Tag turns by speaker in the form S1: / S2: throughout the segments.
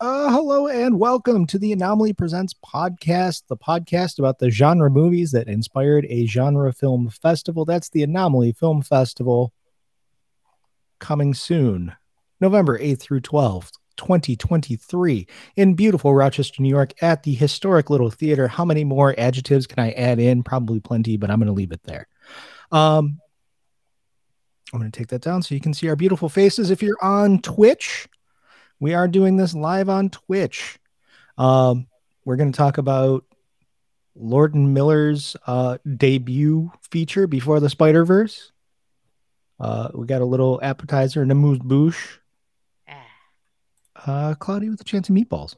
S1: Uh, Welcome to the Anomaly Presents podcast, the podcast about the genre movies that inspired a genre film festival. That's the Anomaly Film Festival coming soon, November 8th through 12th. 2023 in beautiful Rochester, New York, at the historic Little Theater. How many more adjectives can I add in? Probably plenty, but I'm going to leave it there. Um, I'm going to take that down so you can see our beautiful faces. If you're on Twitch, we are doing this live on Twitch. Um, we're going to talk about Lord and Miller's uh, debut feature, Before the Spider Verse. Uh, we got a little appetizer and a mousse bouche.
S2: Ah,
S1: Uh, Claudia with a chance of meatballs.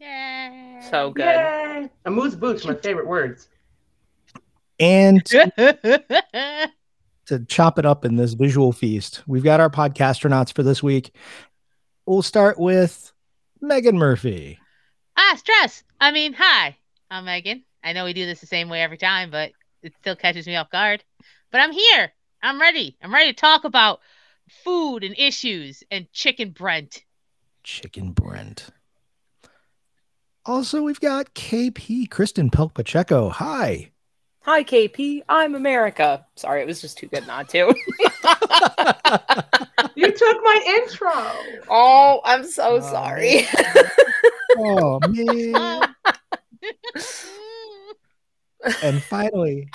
S2: Yay.
S3: So good.
S4: Yay! Amuse bouche, my favorite words.
S1: And
S2: good.
S1: to chop it up in this visual feast, we've got our podcastronauts for this week. We'll start with Megan Murphy.
S2: ah, stress. I mean, hi. I'm Megan. I know we do this the same way every time, but it still catches me off guard. But I'm here. I'm ready. I'm ready to talk about food and issues and chicken Brent.
S1: Chicken Brent. Also, we've got KP Kristen Pelk Pacheco. Hi.
S3: Hi, KP. I'm America. Sorry, it was just too good not to.
S4: You took my intro.
S3: oh, I'm so
S1: Oh.
S3: sorry.
S1: Oh man.
S2: Um,
S1: and finally,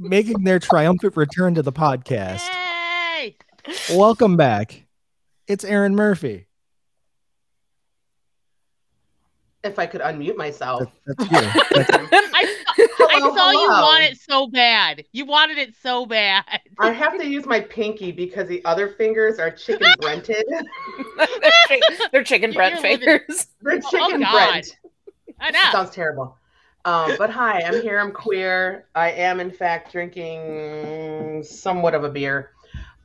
S1: making their triumphant return to the podcast.
S2: Yay.
S1: Welcome back. It's Aaron Murphy.
S4: If I could unmute myself.
S3: Oh.
S1: That's, that's you. That's-
S2: I, I
S4: Hello,
S2: saw you
S4: hello.
S2: want it so bad. You wanted it so bad.
S4: I have to use my pinky because the other fingers are chicken brented.
S3: they're, chi- they're chicken
S2: You're-
S3: Brent
S2: you're living-
S3: fingers.
S4: They're
S2: Oh,
S4: chicken
S2: God.
S4: brent.
S2: I know.
S4: Sounds terrible. Um, but hi, I'm here. I'm queer. I am, in fact, drinking somewhat of a beer.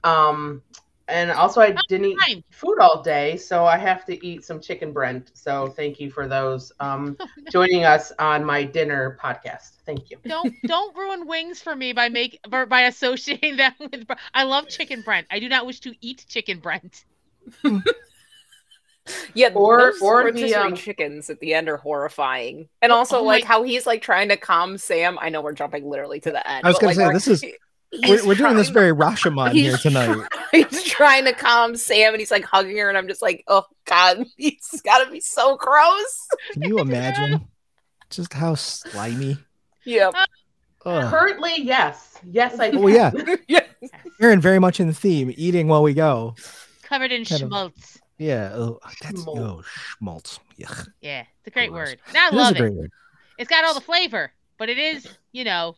S4: Um, and also,
S2: Oh,
S4: I didn't
S2: Fine.
S4: eat food all day, so I have to eat some chicken brent. So thank you for those um, joining us on my dinner podcast. Thank you.
S2: don't don't ruin wings for me by make by, by associating that with. br- I love chicken Brent. I do not wish to eat chicken Brent.
S3: Yeah,
S4: Or-
S3: those
S4: or the,
S3: rotisserie
S4: um,
S3: chickens at the end are horrifying. And also,
S2: Oh my-
S3: like how he's like trying to calm Sam. I know we're jumping literally to the end.
S1: I was
S3: but,
S1: gonna
S3: like,
S1: say, this is-
S3: he-
S1: we're,
S3: he's
S1: we're doing this
S3: trying-
S1: very Rashomon here
S3: he's
S1: tonight.
S3: he's trying to calm Sam, and he's like hugging her, and I'm just like, oh god, he's got to be so gross.
S1: Can you imagine just how slimy?
S3: Yeah,
S1: Ugh.
S4: Currently, yes. Yes, I
S1: Well, yeah,
S3: yeah.
S1: Aaron, very much in the theme, eating while we go.
S2: Covered in
S1: Kind of-
S2: schmaltz.
S1: Yeah, oh, that's
S4: Schmaltz.
S1: oh, schmaltz. Yuck.
S2: Yeah, it's a great
S1: Gross.
S2: word. And I
S1: It is a
S2: love it.
S1: great word.
S2: It's got all the flavor, but it is you know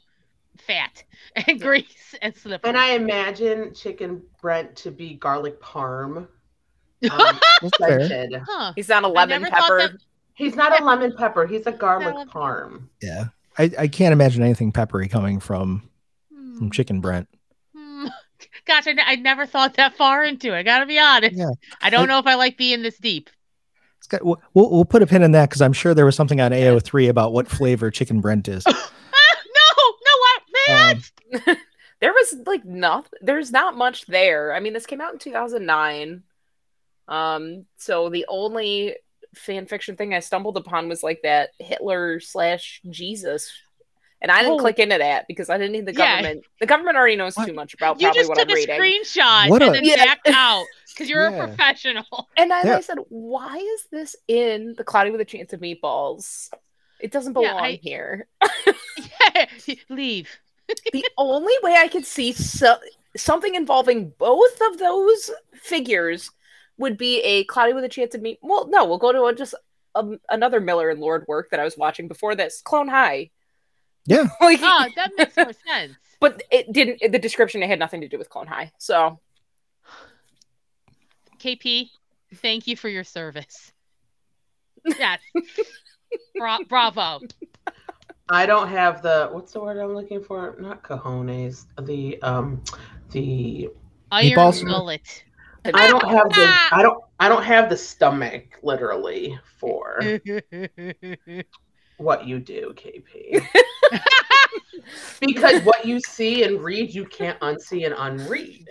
S2: fat and grease and slippery.
S4: And I imagine chicken Brent to be garlic parm. Um,
S2: huh.
S1: That's fair.
S4: scented.
S3: he's not a lemon
S2: never thought
S3: pepper.
S2: that-
S4: He's not a lemon pepper. He's a garlic
S2: Lemon-
S4: parm.
S1: Yeah, I, I can't imagine anything peppery coming from
S2: Hmm,
S1: from Chicken Brent.
S2: hmm. Gosh, I, ne- I never thought that far into it. I gotta be honest.
S1: Yeah.
S2: I don't know if I like being this deep.
S1: It's got, we'll, we'll we'll put a pin in that because I'm sure there was something on AO3 about what flavor Chicken Brent is.
S2: Ah, no, no, I, man.
S1: Um,
S3: there was like nothing there's not much there i mean this came out in 2009 um so the only fan fiction thing i stumbled upon was like that hitler slash jesus and i didn't
S2: Oh.
S3: click into that because i didn't need the
S2: Yeah.
S3: government the government already knows
S1: What?
S3: too much about
S2: you
S3: probably
S2: just
S3: what
S2: took
S3: i'm
S2: a
S3: reading
S2: screenshot
S1: What a-
S2: and then
S3: Yeah.
S2: backed out because you're
S1: Yeah.
S2: a professional.
S3: and then
S1: Yeah.
S3: i said why is this in the cloudy with a chance of meatballs it doesn't
S2: Yeah,
S3: belong
S2: I-
S3: here
S2: Yeah, leave.
S3: the only way I could see so- something involving both of those figures would be a Cloudy with a Chance of Meat. Well, no, we'll go to a, just um, another Miller and Lord work that I was watching before this, Clone High.
S1: Yeah.
S3: Like,
S2: Oh, that makes more sense.
S3: but it didn't. the description it had nothing to do with Clone High. So
S2: KP, thank you for your service. Yes. Bra- bravo.
S4: I don't have the what's the word I'm looking for? Not cojones. The um the
S2: Iron
S1: Meatballs?
S2: mullet.
S4: I don't have the I don't I don't have the stomach literally for what you do, KP.
S2: it's
S4: Because what you see and read you can't unsee and unread.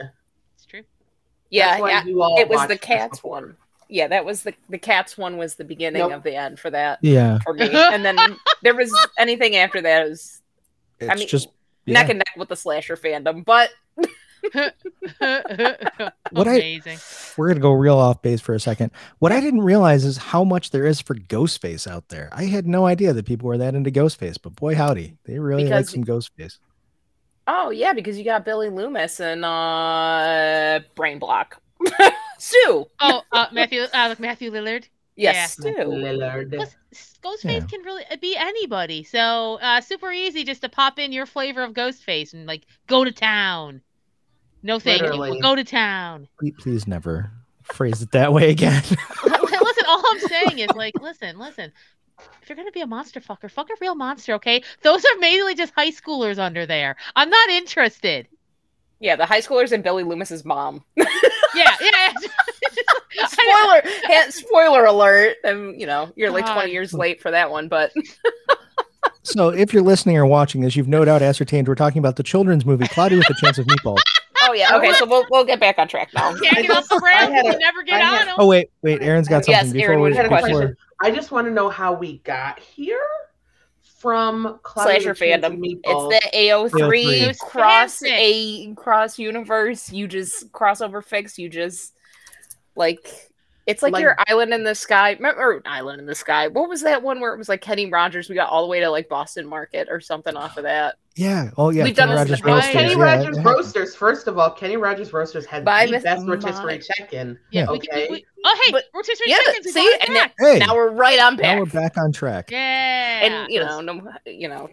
S2: true.
S3: yeah,
S4: That's why
S3: yeah.
S4: you all
S3: It was
S4: watched
S3: the
S4: this
S3: cat's
S4: before.
S3: one. yeah, that was the the cats one was the beginning
S4: Nope.
S3: of the end for that
S1: Yeah.
S3: for me. and then there was anything after that is
S1: It's
S3: I mean
S1: just
S3: neck and neck with the slasher fandom, but
S1: What I-
S2: Amazing.
S1: We're gonna go real off base for a second. What I didn't realize is how much there is for Ghostface out there. I had no idea that people were that into Ghostface, but boy howdy, they really like
S3: Because-
S1: some Ghostface.
S3: oh yeah, because you got Billy Loomis and uh Brain Block. Stu.
S2: Oh, uh, Matthew, uh, Matthew Lillard.
S3: Yes,
S4: Matthew
S3: Stu.
S4: Lillard.
S2: Plus, s- Ghostface
S1: Yeah.
S2: can really uh, be anybody. So uh, super easy just to pop in your flavor of Ghostface and like go to town. No thank you.
S4: Literally.
S2: but Go to town.
S1: Please, please never phrase it that way again.
S2: listen, all I'm saying is like, listen, listen. If you're gonna be a monster fucker, fuck a real monster, okay? Those are mainly just high schoolers under there. I'm not interested.
S3: Yeah, the high schoolers and Billy Loomis's mom.
S2: Yeah, yeah. yeah. I-
S3: spoiler ha- spoiler alert and you know you're like
S2: God.
S3: 20 years late for that one but
S1: so if you're listening or watching this, you've no doubt ascertained we're talking about the children's movie Cloudy with a Chance of Meatballs.
S3: oh yeah okay so we'll, we'll get back on track now
S2: can't get off the rails.
S4: had a-
S2: you never get
S4: I had-
S2: on 'em.
S1: Oh wait, wait, Aaron's got
S3: Yes,
S1: something
S3: Aaron,
S1: before
S3: we
S4: had a
S1: we before-
S4: question. I just want to know how we got here from Cloudy
S3: Slasher
S4: with a Chance of
S3: fandom.
S4: Meatballs.
S3: it's the
S1: AO3.
S3: AO3 cross
S2: Fantastic.
S3: a cross universe you just crossover fix you just like it's like,
S4: Like-
S3: your island in the sky remember island in the sky what was that one where it was like Kenny Rogers we got all the way to like Boston Market or something off of that
S1: Yeah. Oh yeah.
S3: We've done
S1: Kenny
S3: this in the
S1: Rogers Roasters,
S2: past.
S4: Kenny
S1: yeah,
S4: Rogers
S1: that happened.
S4: Roasters. First of all, Kenny Rogers Roasters had
S3: By
S4: the
S3: Miss
S4: best rotisserie
S3: Mott.
S4: chicken.
S1: Yeah.
S2: We- we-
S4: Okay.
S2: we- oh hey,
S3: But-
S2: we're just
S3: yeah,
S2: seconds.
S3: see, and then-
S1: Hey,
S3: now we're right on back
S1: now we're back on track.
S2: yeah.
S3: and you know, no, you know,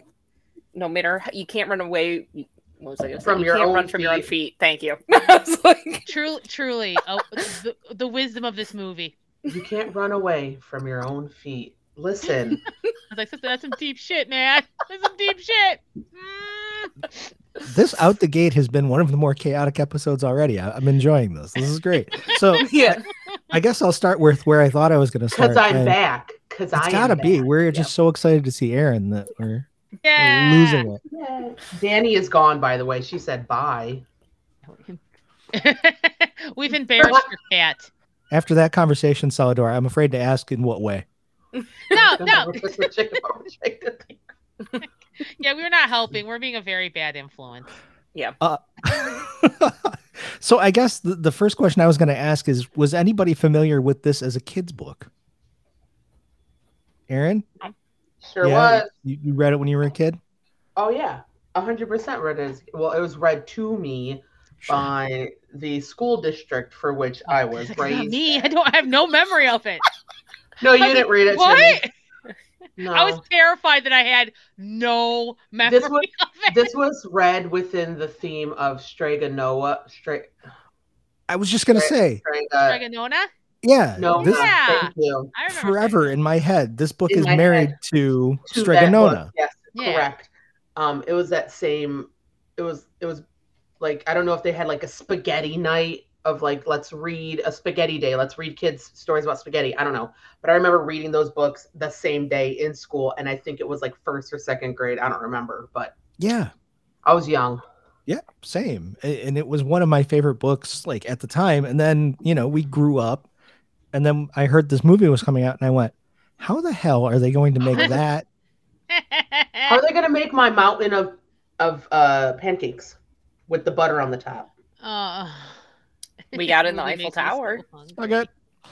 S3: no matter how- you can't run away. You, what was I gonna say?
S4: From
S3: You
S4: your
S3: can't
S4: own
S3: run from your own
S4: feet.
S3: feet. Thank you. I was like,
S2: Truly, truly, oh, the, the wisdom of this movie.
S4: You can't run away from your own feet. Listen,
S2: I was like, "Sister, that's some deep shit, man. That's some deep shit. Mm.
S1: This out the gate has been one of the more chaotic episodes already. I, I'm enjoying this. This is great. So
S3: yeah,
S1: I guess I'll start with where I thought I was going to start.
S4: because I'm
S1: and
S4: back. Because
S1: It's
S4: I
S1: gotta
S4: am
S1: be.
S4: back.
S1: We're just so excited to see Aaron that we're
S2: Yeah.
S1: we're losing it.
S4: Yeah. Danny is gone. By the way, she said bye.
S2: We've embarrassed your cat.
S1: After that conversation, Salador, I'm afraid to ask in what way.
S2: No, no.
S4: Chicken.
S2: Yeah, we're not helping. We're being a very bad influence.
S1: so I guess the, the first question I was going to ask is: Was anybody familiar with this as a kid's book? Aaron,
S4: Sure
S1: Yeah.
S4: was.
S1: you, you read it when you were a kid?
S4: Oh yeah, hundred percent read it. as- Well, it was read to me by the school district for which I
S2: It's like,
S4: was
S2: Oh, not
S4: raised.
S2: me. I don't I have no memory of it.
S4: No, you
S2: I was
S4: didn't read it.
S2: What?
S4: Jenny. No.
S2: I was terrified that I had no memory
S4: This was-
S2: of it.
S4: this was read within the theme of Strega Noah. Stra-
S1: I was just going to
S4: Right.
S1: say,
S4: Strega.
S2: Dragonona?
S1: yeah,
S4: No,
S1: this
S2: Yeah.
S4: thank you.
S2: I remember.
S1: forever in my head. This book
S4: In
S1: is
S4: my
S1: married
S4: head.
S1: to
S4: To that
S1: Stregonona.
S4: book, Yes,
S2: Yeah.
S4: correct. Um, it was that same. It was. It was like I don't know if they had like a spaghetti night of like let's read a spaghetti day. Let's read kids stories about spaghetti. I don't know, but I remember reading those books the same day in school, and I think it was like first or second grade. I don't remember, but
S1: Yeah,
S4: I was young.
S1: yeah, same. A- And it was one of my favorite books, like at the time. And then you know we grew up, and then I heard this movie was coming out, and I went, "How the hell are they going to make that?"
S4: How are they gonna make my mountain of of uh, pancakes with the butter on the top?
S2: Oh.
S3: We got in the
S2: Really
S3: Eiffel
S2: makes me so
S3: Tower.
S2: hungry.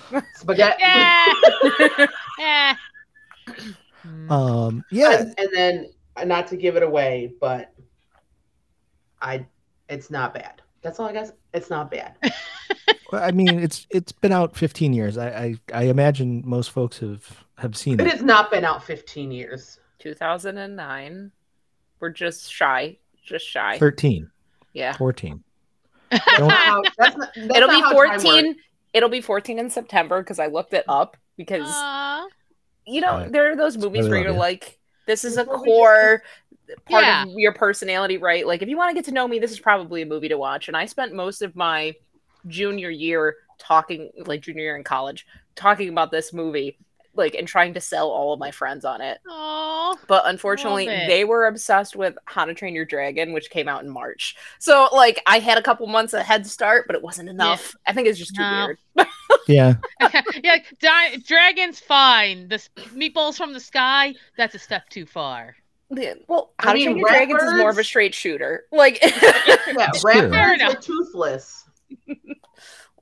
S1: Okay.
S4: Spaghetti.
S2: Yeah. yeah. Hmm.
S1: Um, yeah,
S4: and, and then uh, not to give it away, but I it's not bad. That's all I guess. It's not bad.
S1: well, I mean it's it's been out 15 years. I I, I imagine most folks have have seen
S4: It
S1: it.
S4: has not been out 15 years.
S3: 2009. We're just shy, just shy.
S1: 13,
S3: Yeah,
S1: 14.
S4: That's
S1: Don't-
S4: not how- that's not- that's
S3: it'll
S4: not
S3: be
S4: how time
S3: 14.
S4: works.
S3: It'll be 14 in September because I looked it up because
S4: Uh,
S2: Aw.
S3: you know
S1: Right.
S3: there are those movies
S1: really
S3: where
S1: love
S3: you're
S1: you.
S3: like, this is a
S4: This movie just-
S3: core part
S2: Yeah.
S3: of your personality, right? Like if you want to get to know me, this is probably a movie to watch. And I spent most of my junior year talking, like junior year in college, talking about this movie, like and trying to sell all of my friends on it.
S2: Aw.
S3: But unfortunately,
S2: Love it.
S3: they were obsessed with How to Train Your Dragon, which came out in March. So like I had a couple months of head start, but it wasn't enough. I think it's just too
S2: No.
S3: weird.
S1: Yeah.
S2: yeah, like, di- dragons fine. The s- meatballs from the sky, that's a step too far.
S3: Yeah, Well,
S4: I
S3: How to
S4: mean,
S3: Train Your Dragons is more of a
S4: Ratbirds-
S3: straight shooter. Like,
S4: Yeah,
S1: It's true.
S2: Fair
S4: rat birds
S2: enough.
S4: were toothless.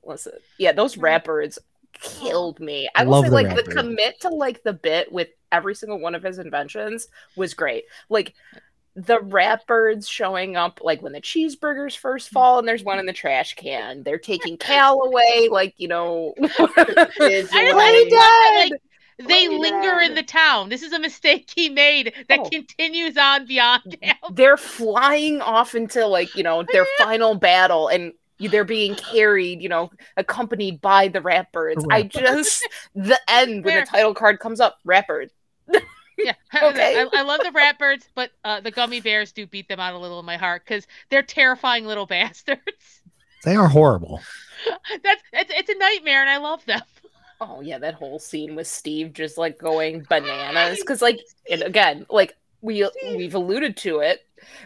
S3: listen, yeah, those rat birds killed me. I will
S1: Love
S3: say,
S1: the
S3: like,
S1: rat
S3: the
S1: bird.
S3: commit to like the bit with every single one of his inventions was great. Like, the rat birds showing up, like when the cheeseburgers first fall, and there's one in the trash can. They're taking Cal away, like you know.
S4: Kids
S2: I just
S4: were
S2: like the
S4: like,
S2: fact that, like, they
S4: Play
S2: linger in
S4: dead.
S2: the town. This is a mistake he made that
S3: Oh.
S2: continues on beyond him.
S3: they're flying off into like you know their final battle and they're being carried you know accompanied by the rat birds i
S1: Correct.
S3: just the end when
S2: Fair.
S3: the title card comes up rat bird
S2: Yeah, I-
S3: Okay.
S2: I, I love the rat birds, but uh, the gummy bears do beat them out a little in my heart because they're terrifying little bastards.
S1: They are horrible.
S2: That's it's, it's a nightmare, and I love them.
S3: oh yeah that whole scene with steve just like going bananas because like and again like we we've alluded to it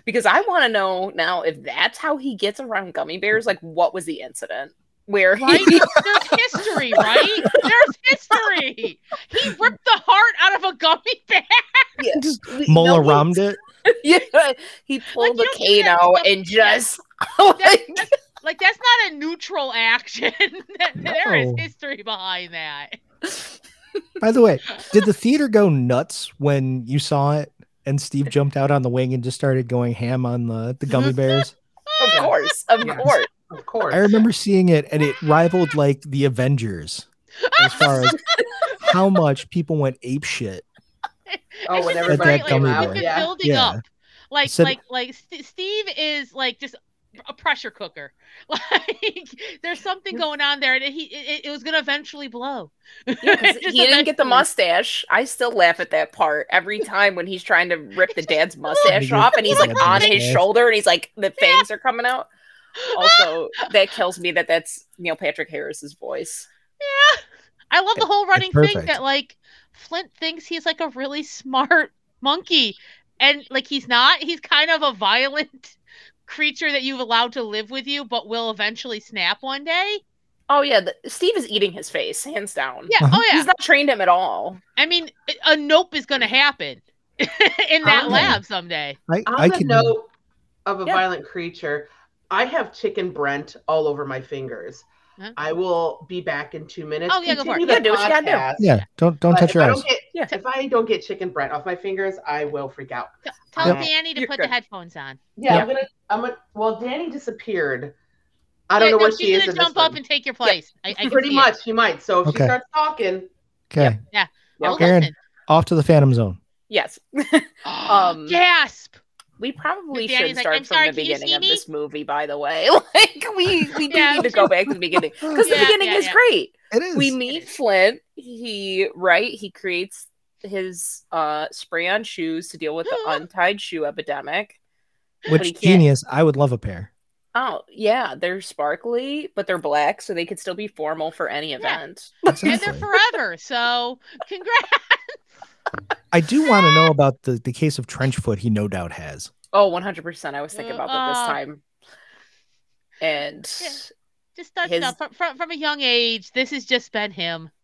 S3: because i want to know now if that's how he gets around gummy bears like what was the incident where
S2: Right?
S3: he
S2: There's history, right? There's history. He ripped the heart out of a gummy bear.
S1: Just
S3: we-
S1: Mola
S3: no, he-
S1: rammed it.
S3: yeah, he pulled
S2: you
S3: a
S2: don't do that
S3: Kano
S2: stuff.
S3: and just
S2: That's,
S3: like,
S2: that's- like that's not a neutral action. That- There is
S1: No.
S2: history behind that.
S1: By the way, did the theater go nuts when you saw it and Steve jumped out on the wing and just started going ham on the, the gummy bears?
S3: of course, of
S4: Yes.
S3: course.
S4: Mm-hmm. Of course.
S1: I remember seeing it and it rivaled like the Avengers as far as how much people went ape shit.
S4: Oh,
S2: It's
S4: when
S2: just
S4: everybody
S1: That
S2: great,
S1: gummy
S2: like,
S1: bear.
S2: we've been
S4: Yeah.
S2: building
S1: Yeah.
S2: up. Like,
S1: Said-
S2: like, like, St- Steve is like just a pressure cooker. Like, there's something going on there, and he it, it was gonna eventually blow.
S3: Yeah, 'cause
S2: Just
S3: he didn't get the
S2: eventually.
S3: mustache. I still laugh at that part every time when he's trying to rip the dad's mustache
S1: little
S3: off, and he's like
S1: bit of
S3: on his
S1: mustache.
S3: shoulder, and he's like the fangs are coming out.
S4: Oh.
S2: Oh,
S3: Also, that kills me that that's Neil Patrick Harris's voice.
S2: Yeah. I love the whole running thing
S1: perfect.
S2: that like Flint thinks he's like a really smart monkey and like he's not. He's kind of a violent creature that you've allowed to live with you but will eventually snap one day.
S3: Oh yeah, the, Steve is eating his face, hands down.
S2: Yeah,
S1: Uh-huh.
S2: oh yeah.
S3: he's not trained him at all.
S2: I mean, a nope is going to happen in that
S4: Okay.
S2: lab someday.
S1: I,
S4: On
S1: I
S4: the
S1: can
S4: note of a
S3: Yeah.
S4: violent creature, I have chicken Brent all over my fingers.
S2: Huh?
S4: I will be back in two minutes.
S2: Oh, yeah, go for
S4: Continue
S2: it.
S4: the
S3: Yeah, do what you gotta do.
S4: podcast,
S1: yeah, don't don't
S4: but
S1: touch
S4: if
S1: your
S4: I
S1: eyes.
S4: don't get-
S3: Yeah.
S4: If I don't get chicken Brent off my fingers, I will freak out.
S2: T- Tell
S4: Um,
S2: Danny to
S3: you're
S2: put the
S3: good.
S2: headphones on.
S4: Yeah,
S1: Yeah.
S4: I'm gonna. I'm gonna. Well, Danny disappeared. I don't
S2: Yeah,
S4: know
S2: no,
S4: where
S2: she's
S4: she is.
S2: gonna
S4: in
S2: jump
S4: this
S2: up
S4: one.
S2: and take your place. I, I can
S4: Pretty
S2: see it.
S4: much, she might. So if she
S1: Okay.
S4: starts talking,
S1: Okay,
S2: Well,
S1: Okay. Aaron.
S2: listen.
S1: off to the Phantom Zone.
S3: Yes,
S2: Um,
S4: uh,
S3: Um,
S2: gasp.
S3: we probably
S2: Danny's
S3: should
S2: like,
S3: start
S2: "I'm
S3: from
S2: sorry,
S3: the
S2: can you
S3: beginning
S2: see
S3: of
S2: me?"
S3: this movie. By the way, like we we do
S2: Yeah,
S3: need
S2: we
S3: to go back to the beginning because
S2: Yeah,
S3: the beginning
S2: yeah,
S3: is
S2: yeah.
S3: great.
S1: It is.
S3: we meet Flint. He right, he creates his uh spray on shoes to deal with the untied shoe epidemic. but he
S1: Which
S3: can't-
S1: genius? I would love a pair.
S3: Oh, yeah, they're sparkly, but they're black, so they could still be formal for any event.
S2: And they're
S1: Exactly.
S2: forever. So, congrats.
S1: I do want to know about the the case of trench foot. He no doubt has.
S3: Oh, 100%. I was thinking about that this
S2: Uh,
S3: time. And
S2: Just start
S3: His-
S2: from, from from a young age. This has just been him.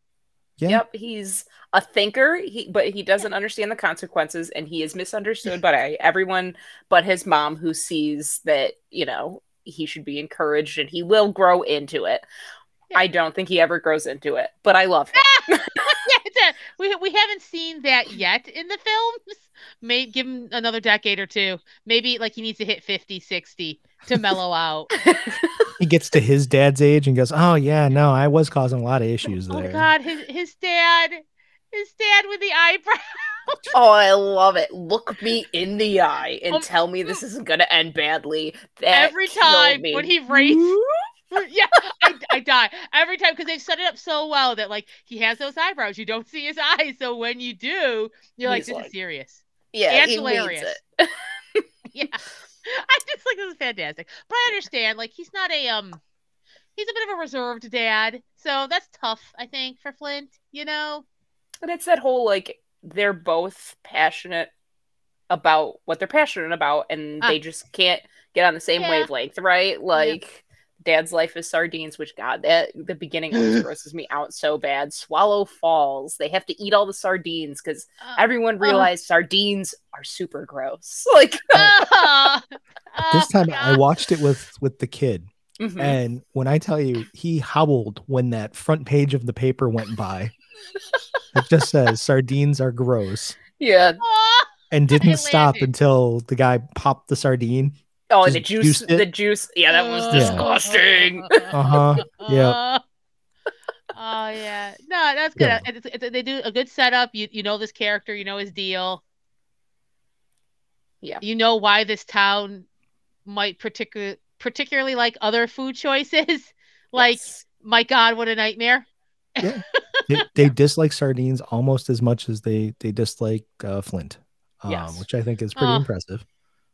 S1: Yeah.
S3: yep, he's a thinker, he but he doesn't understand the consequences and he is misunderstood by everyone but his mom who sees that, you know, he should be encouraged and he will grow into it.
S2: Yeah.
S3: I don't think he ever grows into it, but I love him.
S2: yeah, it's a- we we haven't seen that yet in the films. May give him another decade or two. Maybe like he needs to hit 50, 60 to mellow out.
S1: He gets to his dad's age and goes, "Oh yeah, no, I was causing a lot of issues
S2: Oh
S1: there."
S2: my god, his his dad, his dad with the eyebrow.
S3: Oh, I love it. Look me in the eye and
S2: Um,
S3: tell me this isn't going to end badly. That
S2: Every
S3: killed
S2: time
S3: me.
S2: when he raised, yeah, I, I die every time because they've set it up so well that like he has those eyebrows. You don't see his eyes, so when you do, you're like,
S3: He's
S2: this
S3: like-
S2: is serious.
S3: yeah,
S2: and
S3: he needs
S2: hilarious.
S3: it.
S2: yeah i just like this is fantastic but i understand like he's not a um he's a bit of a reserved dad so that's tough i think for flint you know
S3: But it's that whole like they're both passionate about what they're passionate about and
S2: Ah.
S3: they just can't get on the same
S2: Yeah.
S3: wavelength, right? Like Dad's Life is Sardines, which God, that the beginning always grosses me out so bad. Swallow Falls. They have to eat all the sardines because
S2: Uh,
S3: everyone
S2: uh-huh.
S3: realized sardines are super gross. Like
S2: Oh.
S1: This time I
S2: God.
S1: watched it with with the kid,
S3: mhm.
S1: and when I tell you, he howled when that front page of the paper went by. it just says sardines are gross,
S3: Yeah.
S2: Oh.
S1: and didn't stop
S2: landed.
S1: until the guy popped the sardine.
S3: Oh, and the
S1: Just
S3: juice
S1: juiced it?
S3: the juice. Yeah, that was
S2: Uh,
S3: disgusting.
S1: Uh-huh. Yeah.
S2: Oh yeah, no, that's good.
S1: Yeah.
S2: It's, it's, they do a good setup. You you know this character, you know his deal.
S3: Yeah.
S2: you know why this town might particular particularly like other food choices. uh. like,
S3: Yes.
S2: my God, what a nightmare!
S1: They, they dislike sardines almost as much as they they dislike uh, Flint, um,
S3: Yes.
S1: which I think is pretty
S2: Oh.
S1: impressive.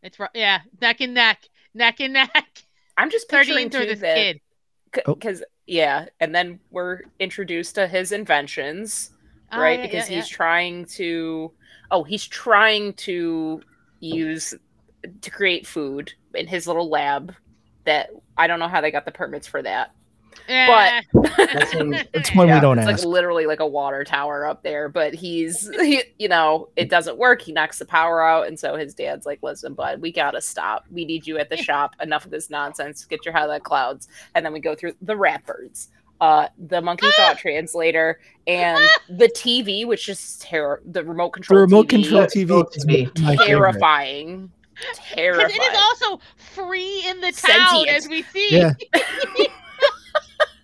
S2: It's ru- yeah, neck and neck, neck and neck.
S3: I'm just picturing
S2: Sardines or
S3: too
S2: this
S3: that
S2: kid.
S1: Oh.
S3: because yeah, and then we're introduced to his inventions,
S2: Oh,
S3: right?
S2: yeah,
S3: because
S2: yeah,
S3: he's trying to oh, he's trying to use to create food in his little lab that I don't know how they got the permits for that.
S2: yeah.
S4: That's when-
S1: That's when we don't
S3: it's
S1: ask.
S3: like literally like a water tower up there, but he's he, you know, it doesn't work. He knocks the power out and so his dad's like, "Listen, bud, we got to stop. We need you at the shop. Enough of this nonsense. Get your head out of the clouds." And then we go through the wrappers. Uh, the
S2: Ah!
S3: monkey thought translator and the TV, which is terror. The remote
S1: the
S3: control.
S1: remote
S3: TV,
S1: control
S4: That's
S1: TV
S4: both
S1: is
S4: me.
S1: my favorite.
S3: Terrifying.
S2: Because
S3: Terrifying.
S2: it is also free in the town
S3: Sentient.
S2: as we see.
S1: Yeah.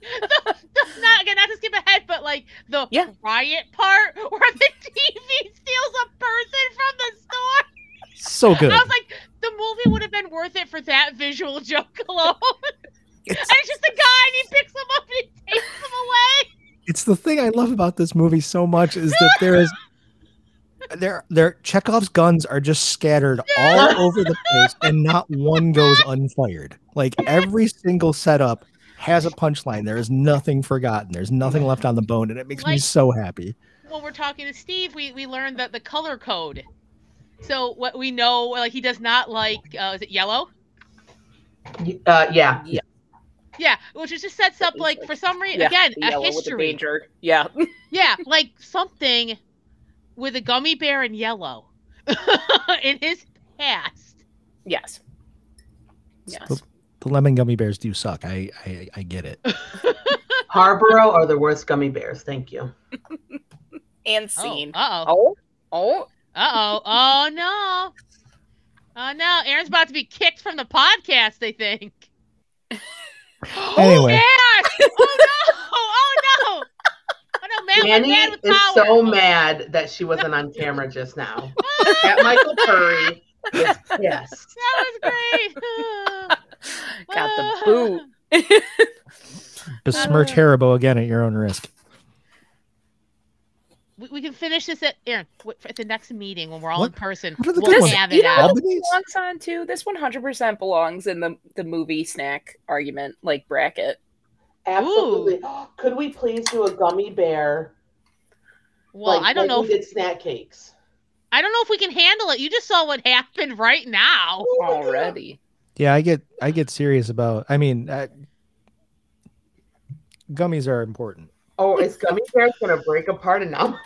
S2: Just not again, not to skip ahead, but like the
S3: Yeah.
S2: riot part where the TV steals a person from the store.
S1: So Oh, good.
S2: I was like, the movie would have been worth it for that visual joke alone. and
S1: It's-
S2: it's just a guy and he picks him up and he takes him away.
S1: it's the thing I love about this movie so much is that there is there there Chekhov's guns are just scattered all over the place and not one goes unfired. Like every single setup has a punchline. There is nothing forgotten. There's nothing left on the bone, and it makes me
S2: Like-
S1: so happy.
S2: When we're talking to Steve, we, we learned that the color code. So what we know, like he does not like uh, is it yellow?
S4: Uh, yeah.
S2: Yeah, which is just sets up
S3: It's
S2: like
S3: like-
S2: for some reason
S3: Yeah,
S2: again
S3: the
S2: a
S3: yellow with the
S2: history.
S3: danger. Yeah.
S2: Yeah, like something with a gummy bear in yellow in his past.
S3: yes. Yes.
S1: The, the lemon gummy bears do suck. I I, I get it.
S4: Harborough are the worst gummy bears. Thank you.
S3: And
S2: Oh,
S3: scene.
S2: uh oh,
S3: Oh, oh,
S2: uh oh, oh no, oh no! Aaron's about to be kicked from the podcast. They think. Oh
S1: Anyway.
S2: Aaron! Oh no! Oh no! Oh no! Man,
S4: Annie
S2: mad with
S4: is
S2: power.
S4: so mad that she wasn't on camera just now. That Michael Curry is pissed.
S2: That was great.
S3: got the boot.
S1: Besmirch
S3: Uh,
S1: Haribo again at your own risk.
S2: We, we can finish this at Aaron w- at the next meeting when we're all in
S1: What-
S2: person.
S1: what are the
S2: we'll
S1: good ones?
S2: have
S3: You
S2: it
S3: know-
S2: out.
S1: Albany's?
S3: belongs on to this 100% belongs in the the movie snack argument like bracket
S4: Absolutely. Could we please do a gummy bear?
S2: Well,
S4: like-
S2: I don't
S4: like
S2: know.
S4: We
S2: If,
S4: did snack cakes.
S2: I don't know if we can handle it. You just saw what happened right now.
S3: already.
S1: Yeah, I get I get serious about. I mean, uh gummies are important.
S4: Oh, is gummy bears gonna break apart and now?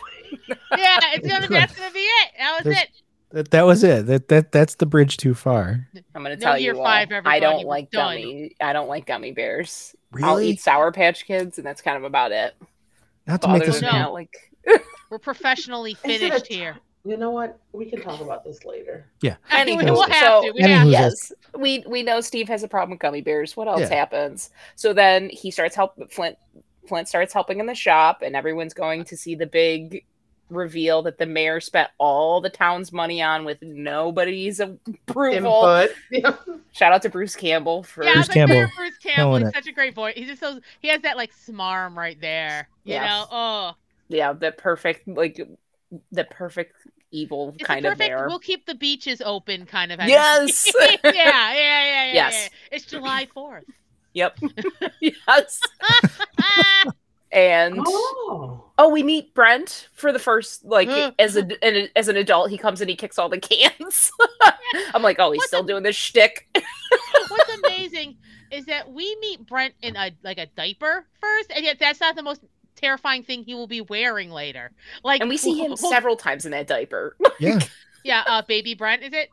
S2: Yeah, it's gonna. That's gonna be it. That was
S1: There's-
S2: it.
S1: That that was it. That that that's the bridge too far.
S3: I'm gonna
S2: No
S3: tell
S2: year
S3: you all,
S2: five,
S3: I
S2: everybody,
S3: don't
S2: we're
S3: like
S2: done.
S3: gummy. I don't like gummy bears. I'll eat Sour Patch Kids, and that's kind of about it.
S1: Not to make
S2: Bothers
S1: this
S3: Other
S1: a
S2: me.
S3: than
S1: com-
S3: that, like
S2: We're professionally
S4: it a
S2: finished
S4: t-
S2: here.
S4: You know what? We can talk about this later.
S2: I mean, we will
S1: Anywho,
S2: have to.
S3: so-
S2: We have
S1: Anywho.
S2: to.
S3: yes, we we know Steve has a problem with gummy bears. What else
S1: Yeah.
S3: happens? So then he starts help Flint. Flint starts helping in the shop, and everyone's going to see the big reveal that the mayor spent all the town's money on with nobody's approval.
S4: Input.
S3: Shout out to Bruce Campbell for
S2: Yeah, I
S1: Bruce
S2: was like,
S1: Campbell.
S2: "There, Bruce Campbell.
S1: Killing
S2: He's
S1: it.
S2: such a great boy. He's just so. He has that like smarm right there. You
S3: Yes.
S2: know. Oh,
S3: yeah, the perfect like the perfect evil
S2: it's
S3: kind
S2: a
S3: of
S2: perfect.
S3: mayor.
S2: We'll keep the beaches open, kind of.
S3: Yes.
S2: yeah, yeah, yeah, yeah, yeah.
S3: Yes.
S2: It's July fourth.
S3: Yep. yes. And
S4: Oh.
S3: oh, we meet Brent for the first like
S2: Uh.
S3: as a an, as an adult. He comes and he kicks all the cans. I'm like, oh, he's
S2: What
S3: still doing this shtick.
S2: what what's amazing is that we meet Brent in a like a diaper first, and yet that's not the most terrifying thing he will be wearing later. Like,
S3: And we see him
S2: we'll-
S3: several times in that diaper.
S1: Yeah.
S2: yeah, uh, baby Brent, is it?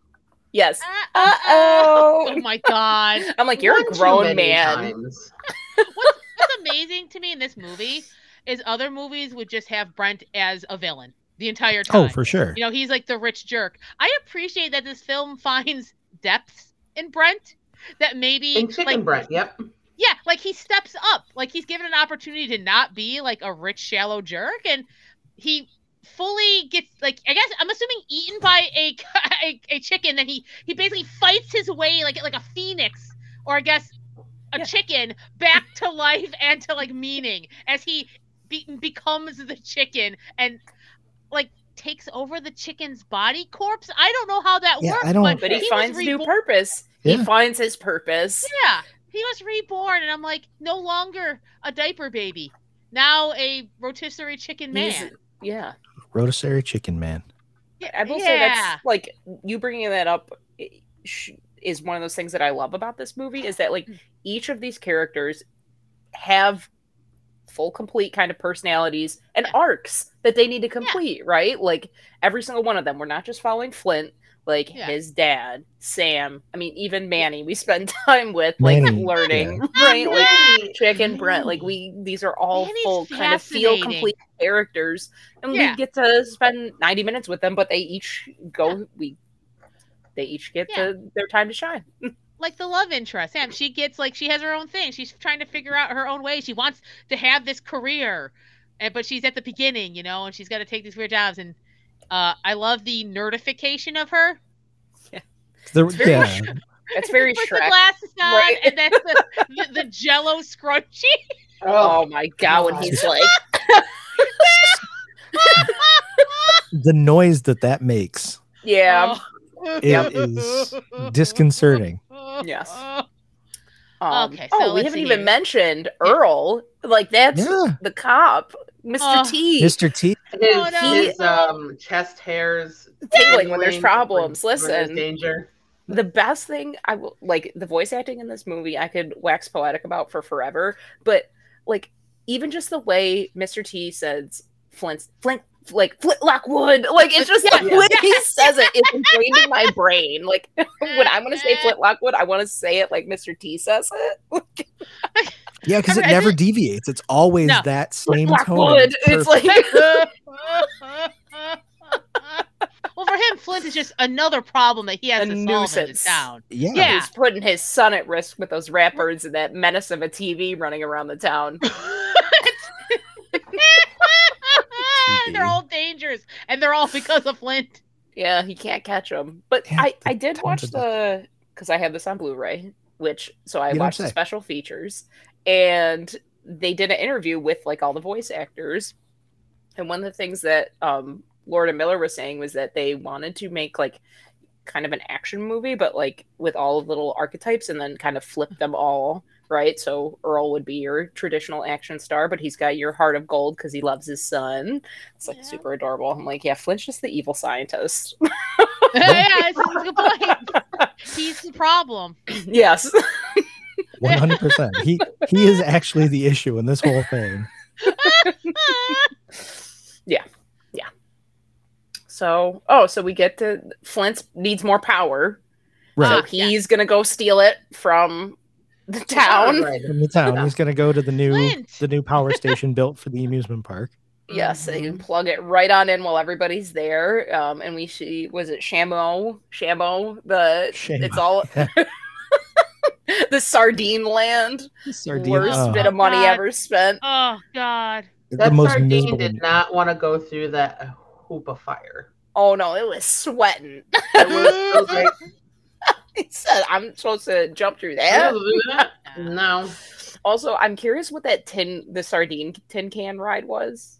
S3: yes.
S2: Ah,
S3: Uh
S2: ah, ah. Oh
S3: oh.
S2: my god!
S3: I'm like, you're
S4: One
S3: a
S4: too
S3: grown
S4: many
S3: man.
S4: times.
S2: What's, what's amazing to me in this movie is other movies would just have Brent as a villain the entire time.
S1: Oh, for sure.
S2: You know, he's like the rich jerk. I appreciate that this film finds depths in Brent that maybe
S4: And chicken
S2: like
S4: Brent. Yep.
S2: yeah, like he steps up. Like he's given an opportunity to not be like a rich shallow jerk and he fully gets like I guess I'm assuming eaten by a a, a chicken and he he basically fights his way like like a phoenix or I guess a
S3: Yeah.
S2: chicken back to life and to like meaning as he be- becomes the chicken and like takes over the chicken's body corpse. I don't know how that
S1: Yeah,
S2: works,
S1: I don't-
S2: but,
S3: But he,
S2: was
S3: finds new
S2: reborn-
S3: purpose.
S1: Yeah.
S3: He finds his purpose.
S2: yeah, he was reborn, and I'm like, no longer a diaper baby, now a rotisserie chicken man.
S3: He's- yeah.
S1: Rotisserie chicken man.
S2: yeah,
S3: I will say
S2: yeah.
S3: that's like you bringing that up i- sh- is one of those things that I love about this movie is that like each of these characters have full complete kind of personalities and
S2: Yeah.
S3: arcs that they need to complete, right? Like every single one of them. We're not just following Flint, like
S2: Yeah.
S3: his dad, Sam, I mean even Manny we spend time with like
S1: Manny,
S3: learning,
S1: yeah.
S3: right? Like
S4: Manny.
S3: Chick and Brent, like we these are all
S2: Manny's
S3: full kind of feel
S2: fascinating.
S3: complete characters and
S2: Yeah.
S3: we get to spend 90 minutes with them but they each go we they each get
S2: Yeah.
S3: the, their time to shine
S2: like the love interest, Sam. She gets like she has her own thing. She's trying to figure out her own way. She wants to have this career, and but she's at the beginning, you know, and she's got to take these weird jobs. And uh, I love the nerdification of her.
S1: The,
S3: It's very
S1: yeah.
S3: that's very
S2: Put the
S3: Shrek.
S2: glasses on,
S3: Right.
S2: and that's the, the, the Jello scrunchie.
S3: oh my god when
S4: God.
S3: he's like
S1: The noise that that makes
S3: yeah
S2: Oh.
S1: it is disconcerting.
S3: Yes. um,
S2: Okay, so
S3: oh
S2: let's
S3: we haven't
S2: see
S3: even
S2: here.
S3: mentioned earl like that's
S1: Yeah.
S3: the cop mr
S2: Oh.
S3: t
S1: Mr. T.
S4: His,
S2: Oh, no.
S4: his um chest hairs
S3: Tingling when there's
S4: tingling,
S3: problems.
S4: when there's
S3: Listen.
S4: danger.
S3: the best thing I will like the voice acting in this movie I could wax poetic about for forever, but like even just the way Mr. T says Flint's Flint like flintlock wood, like it's just the
S4: Yeah.
S3: way he says it, it's ingrained in my brain. Like when I want to say flintlock wood, I want to say it like Mr. T says it. Like
S1: Yeah, because it
S2: Every-
S1: never deviates. It's always
S2: No.
S1: that same
S3: flintlock
S1: tone.
S3: wood. It's like
S2: well, for him, Flint is just another problem that he has to
S3: A
S2: solve in this
S3: nuisance.
S2: town.
S1: yeah.
S2: yeah.
S3: he's putting his son at risk with those rat birds and that menace of a TV running around the town.
S2: they're all dangerous, and they're all because of Flint.
S3: Yeah, he can't catch him. But
S1: Yeah,
S3: I,
S1: the
S3: I did
S1: tons
S3: watch
S1: of
S3: the because I have this on Blu-ray, which so I
S1: You don't
S3: watched the
S1: say.
S3: special features, and they did an interview with like all the voice actors, and one of the things that um Lord and Miller was saying was that they wanted to make like kind of an action movie, but like with all the little archetypes, and then kind of flip them all. Right, so Earl would be your traditional action star, but he's got your heart of gold because he loves his son. It's like
S2: Yeah.
S3: super adorable. I'm like, yeah, Flint's just the evil scientist.
S2: yeah, it's, it's a good point. He's the problem.
S3: Yes.
S1: One hundred percent. He he is actually the issue in this whole thing.
S2: Ah,
S3: So, oh, so we get to Flint needs more power.
S1: Right.
S2: Ah,
S3: so he's gonna go steal it from the town.
S4: Right.
S1: From the town. He's gonna go to the new
S2: Flint.
S1: the new power station built for the amusement park.
S3: Yes, they
S4: Mhm.
S3: plug it right on in while everybody's there. Um, and we see was it Shamo? Shamo the it's
S1: Shamo,
S3: all
S1: yeah.
S3: the sardine land.
S1: Sardine.
S3: Worst
S1: oh,
S3: bit of money
S2: God.
S3: ever spent.
S2: Oh God.
S1: the
S4: That
S1: most
S4: sardine
S1: miserable.
S4: did not want to go through that hoop of fire.
S3: Oh no, it was sweating.
S4: It was- it was like,
S3: he said, "I'm supposed to jump through that."
S4: "Yeah, no.
S3: Also, I'm curious what that tin, the sardine tin can ride was.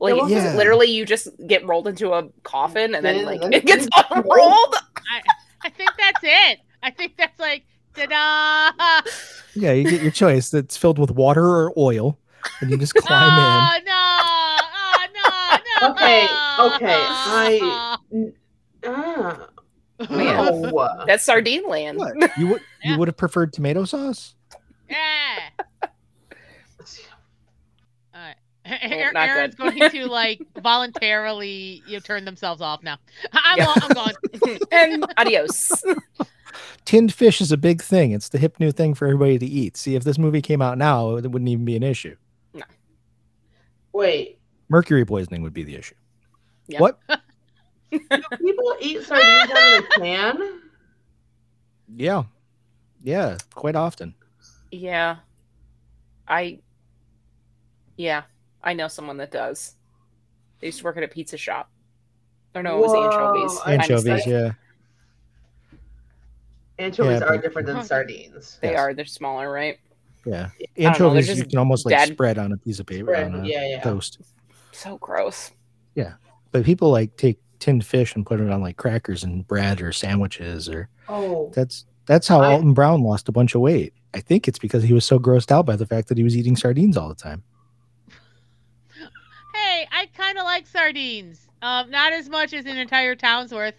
S3: Like,
S4: Yeah,
S3: was
S1: yeah.
S3: it literally you just get rolled into a coffin and then
S4: Yeah,
S3: like
S4: that's
S3: it gets
S4: pretty cool.
S3: unrolled?
S2: I think that's it. I think that's like ta-da.
S1: Yeah, you get your choice. That's filled with water or oil, and you just climb
S2: Oh no! Oh no! ah. No!
S4: Okay, okay, I- Ah,
S3: Man.
S4: No.
S3: That's Sardine Land.
S1: What? You would you would have preferred tomato sauce?
S2: Yeah. All right. Aaron-
S3: not
S2: Aaron's
S3: good.
S2: going to like voluntarily you know, turn themselves off now. I'm,
S3: Yeah.
S2: all, I'm gone.
S3: And adios.
S1: Tinned fish is a big thing. It's the hip new thing for everybody to eat. See, if this movie came out now, it wouldn't even be an issue.
S4: Wait,
S1: Mercury poisoning would be the issue.
S4: do people eat sardines out of a can?
S1: Yeah. Yeah, quite often.
S3: Yeah. I Yeah, I know someone that does. They used to work at a pizza shop. Or no, it was
S4: Whoa,
S3: anchovies.
S4: I-
S1: Anchovies,
S4: understand.
S1: yeah.
S4: Anchovies
S1: Yeah,
S4: are
S1: but-
S4: different than sardines.
S3: They
S1: Yes.
S3: are, they're smaller, right?
S1: Yeah.
S3: know,
S1: Anchovies
S3: they're
S1: you
S3: just
S1: can almost like
S3: dead.
S1: spread on a piece of paper
S4: Right,
S1: on a
S4: yeah, yeah.
S1: toast.
S3: So gross.
S1: But people like take tinned fish and put it on like crackers and bread or sandwiches or
S4: Oh,
S1: that's that's how
S4: I-
S1: Alton Brown lost a bunch of weight. I think it's because he was so grossed out by the fact that he was eating sardines all the time.
S2: Hey, I kind of like sardines. Um, not as much as an entire town's worth,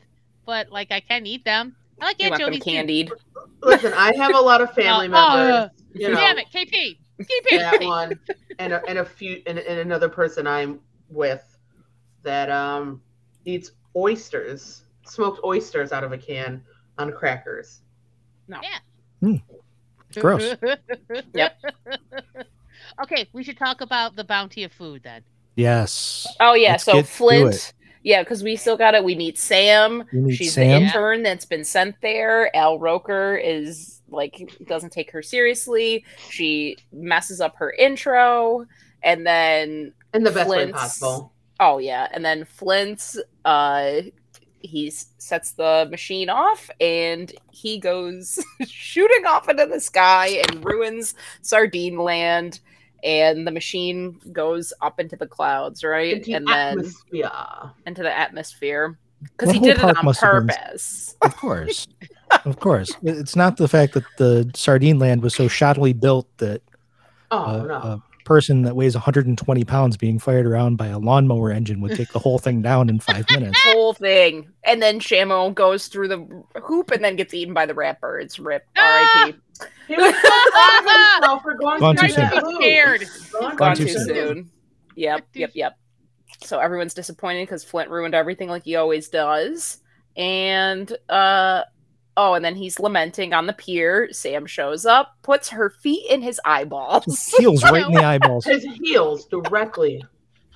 S2: but like I can eat them. I like
S3: They want them
S2: anchovies. too.
S3: candied.
S4: listen, I have a lot of family
S2: Oh, oh,
S4: members. you know,
S2: Damn it, KP. KP.
S4: that one, and a, and a few, and, and another person I'm with that um eats oysters, smoked oysters out of a can on crackers.
S1: Gross.
S3: Yep.
S2: okay, we should talk about the bounty of food then.
S1: Yes.
S3: Oh yeah,
S1: Let's
S3: so
S1: get to
S3: Flint.
S1: it.
S3: Yeah, because we still got it. We meet Sam.
S1: We meet
S3: She's
S1: Sam.
S3: the intern that's been sent there. Al Roker is like doesn't take her seriously. She messes up her intro, and then
S4: In the best way
S3: Flint's-
S4: possible.
S3: oh yeah, and then Flint's uh he s- sets the machine off and he goes shooting off into the sky and ruins Sardine Land. And the machine goes up into the clouds, right?
S4: Into
S3: and then
S4: atmosphere.
S3: into the atmosphere because
S1: That
S3: he
S1: whole
S3: did it
S1: park
S3: on
S1: must have been-
S3: purpose.
S1: Of course. of course. It- It's not the fact that the sardine land was so shoddily built that
S4: Oh
S1: a,
S4: no.
S1: a person that weighs 120 pounds being fired around by a lawnmower engine would take the whole thing down in five minutes.
S3: Whole thing, and then Shamo goes through the hoop and then gets eaten by the rat birds. Rip,
S2: Ah!
S3: R.I.P.
S4: He was so proud of himself for going
S1: Gone
S4: through
S1: too
S4: that
S1: soon.
S4: loop.
S2: Scared.
S4: Gone
S3: Gone
S1: Gone
S3: too
S1: too soon.
S3: soon. Yep, yep, yep. So everyone's disappointed because Flint ruined everything like he always does, and uh. Oh, and then he's lamenting on the pier. Sam shows up, puts her feet in his eyeballs.
S1: Heels right in the eyeballs.
S4: His heels directly.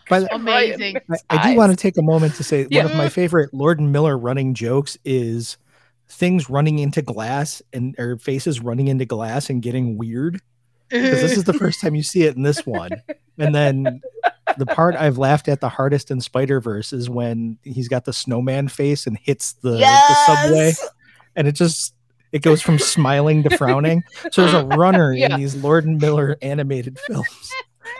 S1: By the,
S2: Amazing.
S1: I, I do want to take a moment to say
S3: Yeah. mm-hmm.
S1: one of my favorite Lord and Miller running jokes is things running into glass and or faces running into glass and getting weird because this is the first time you see it in this one. And then the part I've laughed at the hardest in Spider Verse is when he's got the snowman face and hits the, the subway,
S3: Yes!
S1: and it just it goes from smiling to frowning. So there's a runner
S3: Yeah.
S1: in these Lord and Miller animated films.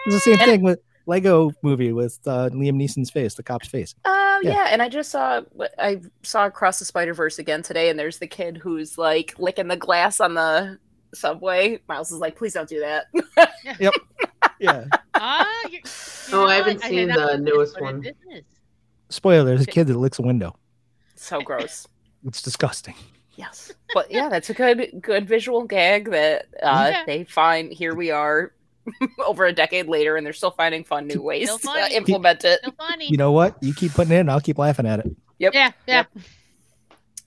S1: It's the same
S3: And-
S1: thing with Lego movie with uh, Liam Neeson's face, the cop's face.
S3: Oh
S1: Yeah.
S3: yeah. and I just saw I saw Across the Spider Verse again today, and there's the kid who's like licking the glass on the subway. Miles is like, "Please don't do that."
S1: Yeah.
S2: Ah, you- you
S4: Oh,
S2: know
S4: I haven't
S2: what? had
S4: seen
S2: not
S4: the
S2: noticed
S4: newest
S2: what it-
S4: one.
S2: This is.
S1: Spoiler, there's a kid that licks a window.
S3: so gross.
S1: It's disgusting.
S3: Yes, but yeah, that's a good good visual gag that uh,
S2: Yeah.
S3: they find. Here we are, over a decade later, and they're still finding fun new ways to
S2: funny.
S3: implement it.
S2: So funny.
S1: You know what? You keep putting it in, I'll keep laughing at it.
S2: yeah, yeah.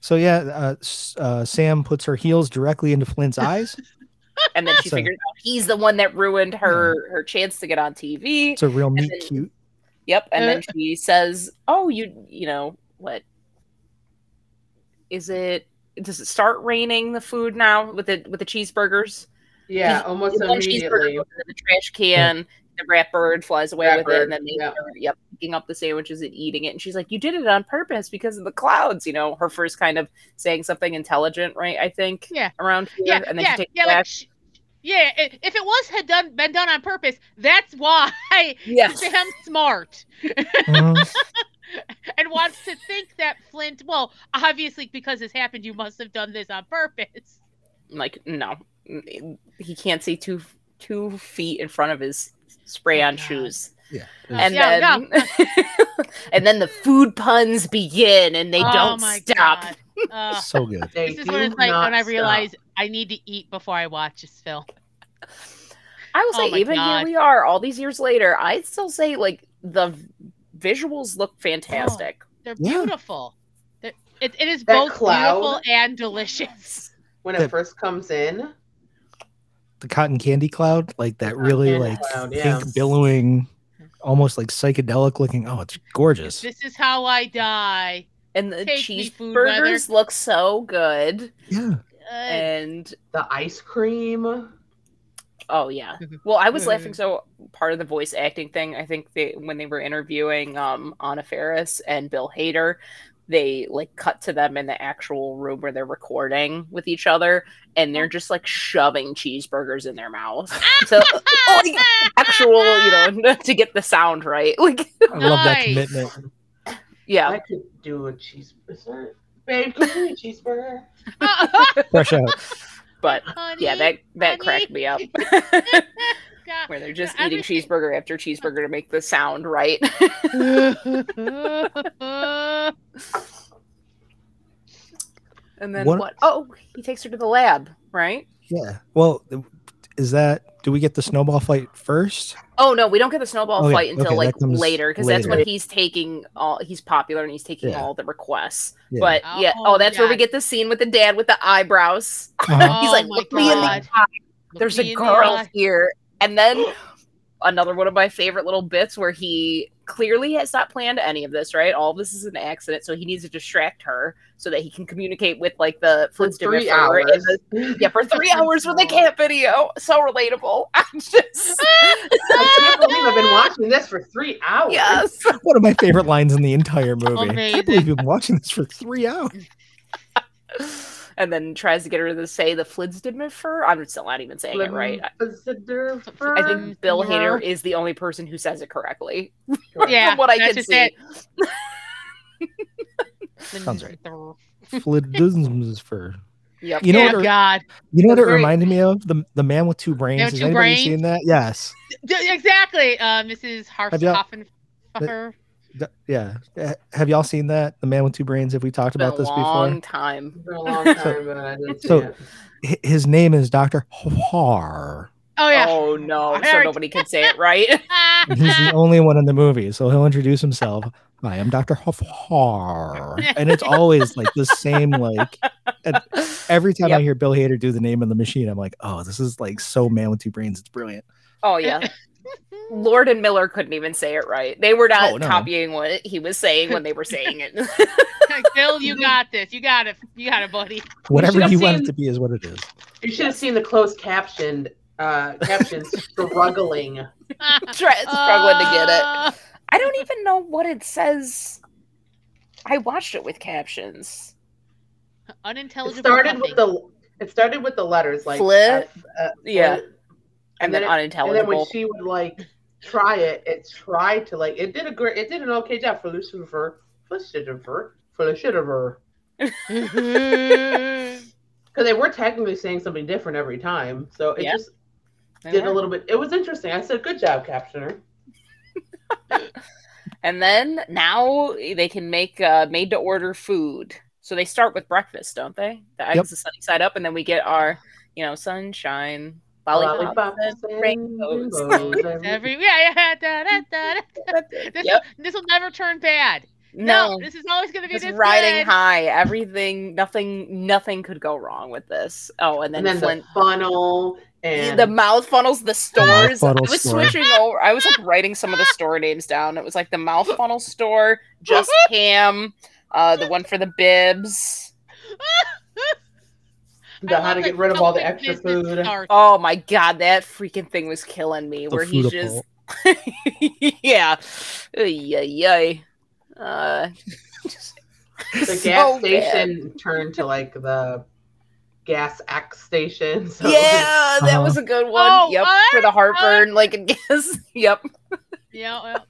S1: So yeah, uh, S- uh, Sam puts her heels directly into Flint's eyes.
S3: And then she
S1: So-
S3: figures out he's the one that ruined her her chance to get on TV.
S1: It's a real meet
S3: then-
S1: cute.
S3: Yep. And
S2: Uh.
S3: then she says, Oh, you, you know, what? Is it, does it start raining the food now with the, with the cheeseburgers?
S4: Yeah,
S3: He-
S4: almost
S3: One cheeseburger
S4: immediately.
S3: goes into the trash can, the rat bird flies away
S4: Rat
S3: with it,
S4: bird,
S3: and then they
S4: yeah.
S3: start, yep, picking up the sandwiches and eating it. And she's like, You did it on purpose because of the clouds, you know, her first kind of saying something intelligent, right? I think.
S2: Yeah.
S3: Around here.
S2: yeah,
S3: and then
S2: yeah,
S3: she takes
S2: yeah,
S3: it
S2: like,
S3: back.
S2: sh- yeah. i- If it was had done been done on purpose, that's why
S3: yeah.
S2: Sam's smart
S1: Mhm.
S2: and wants to think that Flint. Well, obviously, because this happened, you must have done this on purpose.
S3: I'm like no he can't see two two feet in front of his spray on
S2: Oh, God.
S3: shoes
S1: Yeah.
S3: and
S2: Yeah,
S3: then and then the food puns begin and they
S2: oh
S3: don't
S2: my
S3: stop.
S2: God. Uh,
S1: so good.
S4: They
S2: this is
S4: do
S2: what it's like when
S4: not
S2: I
S4: stop.
S2: realize I need to eat before I watch this film.
S3: I will
S2: Oh
S3: say
S2: my
S3: even
S2: God.
S3: here we are all these years later, I'd still say like the v- visuals
S2: Oh.
S3: look fantastic.
S2: They're
S1: Yeah.
S2: beautiful. They're, it, it is
S4: That
S2: both beautiful
S4: cloud.
S2: and delicious.
S4: when
S1: The-
S4: it first comes in.
S1: The cotton candy cloud, like that really
S2: candy
S1: like
S4: cloud, yeah.
S1: pink billowing, almost like psychedelic looking. Oh, it's gorgeous.
S2: This is how I die.
S3: And the
S2: Take me, food
S3: cheeseburgers look so good.
S1: Yeah.
S2: Good.
S3: And
S4: the ice cream.
S3: oh yeah. Well, I was laughing so part of the voice acting thing. I think they when they were interviewing um Anna Ferris and Bill Hader, they like cut to them in the actual room where they're recording with each other, and they're just like shoving cheeseburgers in their mouth. So
S2: ah,
S3: like, oh, actual, you know, to get the sound right. Like
S1: I love that
S2: Nice.
S1: commitment.
S3: yeah,
S4: I could do a cheeseburger. Babe, can you do a cheeseburger?
S1: Fresh out.
S3: but
S2: ah, Honey,
S3: yeah, that that
S2: honey.
S3: cracked me up.
S2: God.
S3: Where they're just
S2: I
S3: eating
S2: understand-
S3: cheeseburger after cheeseburger to make the sound right. and then
S1: One-
S3: what? Oh, he takes her to the lab, right?
S1: Yeah. Well, is that do we get the snowball fight first?
S3: Oh no, we don't get the snowball
S1: Oh, yeah.
S3: fight until
S1: Okay,
S3: like
S1: that comes
S3: later because that's when
S1: later.
S3: he's taking all he's popular and he's taking
S1: Yeah.
S3: all the requests.
S1: Yeah.
S3: But
S2: Oh,
S3: yeah, oh that's where we
S2: God.
S3: get the scene with the dad with the eyebrows.
S1: Uh-huh.
S3: He's
S2: Oh
S3: like,
S2: my
S3: look me in the
S2: God.
S3: eye. There's
S2: Me
S3: a
S2: in the
S3: girl
S2: eye.
S3: here. And then another one of my favorite little bits where he clearly has not planned any of this, right? All this is an accident, so he needs to distract her so that he can communicate with like the
S4: For
S3: Flintstone
S4: three
S3: referrer in
S4: hours.
S3: the- yeah, for three hours with a cat video. So relatable. I'm just
S4: I can't believe I've been watching this for three hours.
S3: yes.
S1: One of my favorite lines in the entire
S2: Oh,
S1: movie. I can't believe
S2: Amazing.
S1: you've been watching this for three hours.
S3: And then tries to get her to say the Flintstone I'm still not even saying it right. I
S4: I
S3: think Bill Hader is the only person who says it correctly.
S2: Yeah,
S3: from what I
S2: that's
S3: can
S2: just
S3: see.
S2: it.
S1: Sounds right. Flidisms for
S3: Yep.
S1: You know
S2: yeah,
S1: what-
S2: God.
S1: you know what it
S4: That's right.
S1: reminded me of the the man with two brains.
S2: Man with
S1: Has
S2: two
S1: anybody
S2: brains?
S1: seen that? Yes.
S2: D- Exactly. Uh, Mrs.
S1: Have y'all-
S2: Harfhoffen. Fucker.
S1: Th- Yeah. Uh, Have y'all seen that? The man with two brains. Have we talked
S3: It's been
S1: about
S3: a
S1: this
S3: long
S1: before?
S3: time.
S4: For a long time, but I didn't see
S1: So-
S4: it.
S1: H- His name is Doctor Har.
S2: Oh yeah.
S3: Oh no!
S2: I
S3: So
S2: heard-
S3: nobody can say it right.
S1: And he's the only one in the movie, so he'll introduce himself. Hi, I'm Doctor Har. And it's always like the same like Every time I
S3: Yep.
S1: hear Bill Hader do the name of the machine, I'm like, oh, this is like so man with two brains. It's brilliant.
S3: Oh yeah. Lord and Miller couldn't even say it right. They were not
S1: Oh, no.
S3: copying what he was saying when they were saying it.
S2: Bill, you got this. You got it. You got it, buddy.
S1: Whatever
S4: should've
S1: you want it
S4: seen-
S1: to be is what it is.
S4: You should have seen the closed captioned uh captions struggling.
S3: Try, struggling to get it. I don't even know what it says. I watched it with captions.
S2: Uh,
S4: It
S2: Unintelligible.
S4: started with
S2: nothing.
S4: the it started with the letters like
S3: Flit,
S4: F, uh,
S3: Yeah,
S4: and,
S3: and, then,
S4: then it- and
S3: unintelligible.
S4: then when she would like try it, it tried to like it did a great it did an okay job for Lucifer for Lucifer for Lucifer.
S3: Mm-hmm.
S4: because they were technically saying something different every time. So it
S3: Yeah.
S4: just
S3: They
S4: did a
S3: were.
S4: little bit. It was interesting. I said, "Good job, captioner."
S3: And then now they can make uh, made to order food. So they start with breakfast, don't they? The eggs
S1: Yep.
S3: the sunny side up, and then we get our, you know, sunshine, lollipops,
S4: Lollipops
S3: and
S4: and
S3: rainbows.
S4: rainbows.
S2: Every yeah yeah da, da, da, da. This
S3: Yep.
S2: will, this will never turn bad.
S3: No,
S2: this is always gonna be
S3: just
S2: this
S3: riding
S2: good.
S3: high. Everything, nothing, nothing could go wrong with this. Oh, and then,
S4: and then
S3: Flint.
S4: the funnel and
S3: the mouth funnels, the stores.
S1: funnel
S3: I was
S1: store.
S3: switching over. I was like writing some of the store names down. It was like the mouth funnel store, just ham, uh, the one for the bibs.
S4: the
S2: I
S4: how
S2: love
S4: to
S2: that
S4: get rid of all the
S2: something
S4: extra
S2: business
S4: food.
S2: starts.
S3: Oh my god, that freaking thing was killing me.
S1: The
S3: where he's
S1: food
S3: just,
S1: appall.
S3: yeah, yay, yay. Uh,
S4: The
S3: so
S4: gas
S3: bad.
S4: station turned to like the gas X station. So
S3: Yeah, that
S1: Uh-huh.
S3: was a good one.
S2: Oh,
S3: yep,
S2: what?
S3: for the heartburn, like I guess. Yep.
S2: Yeah. Well.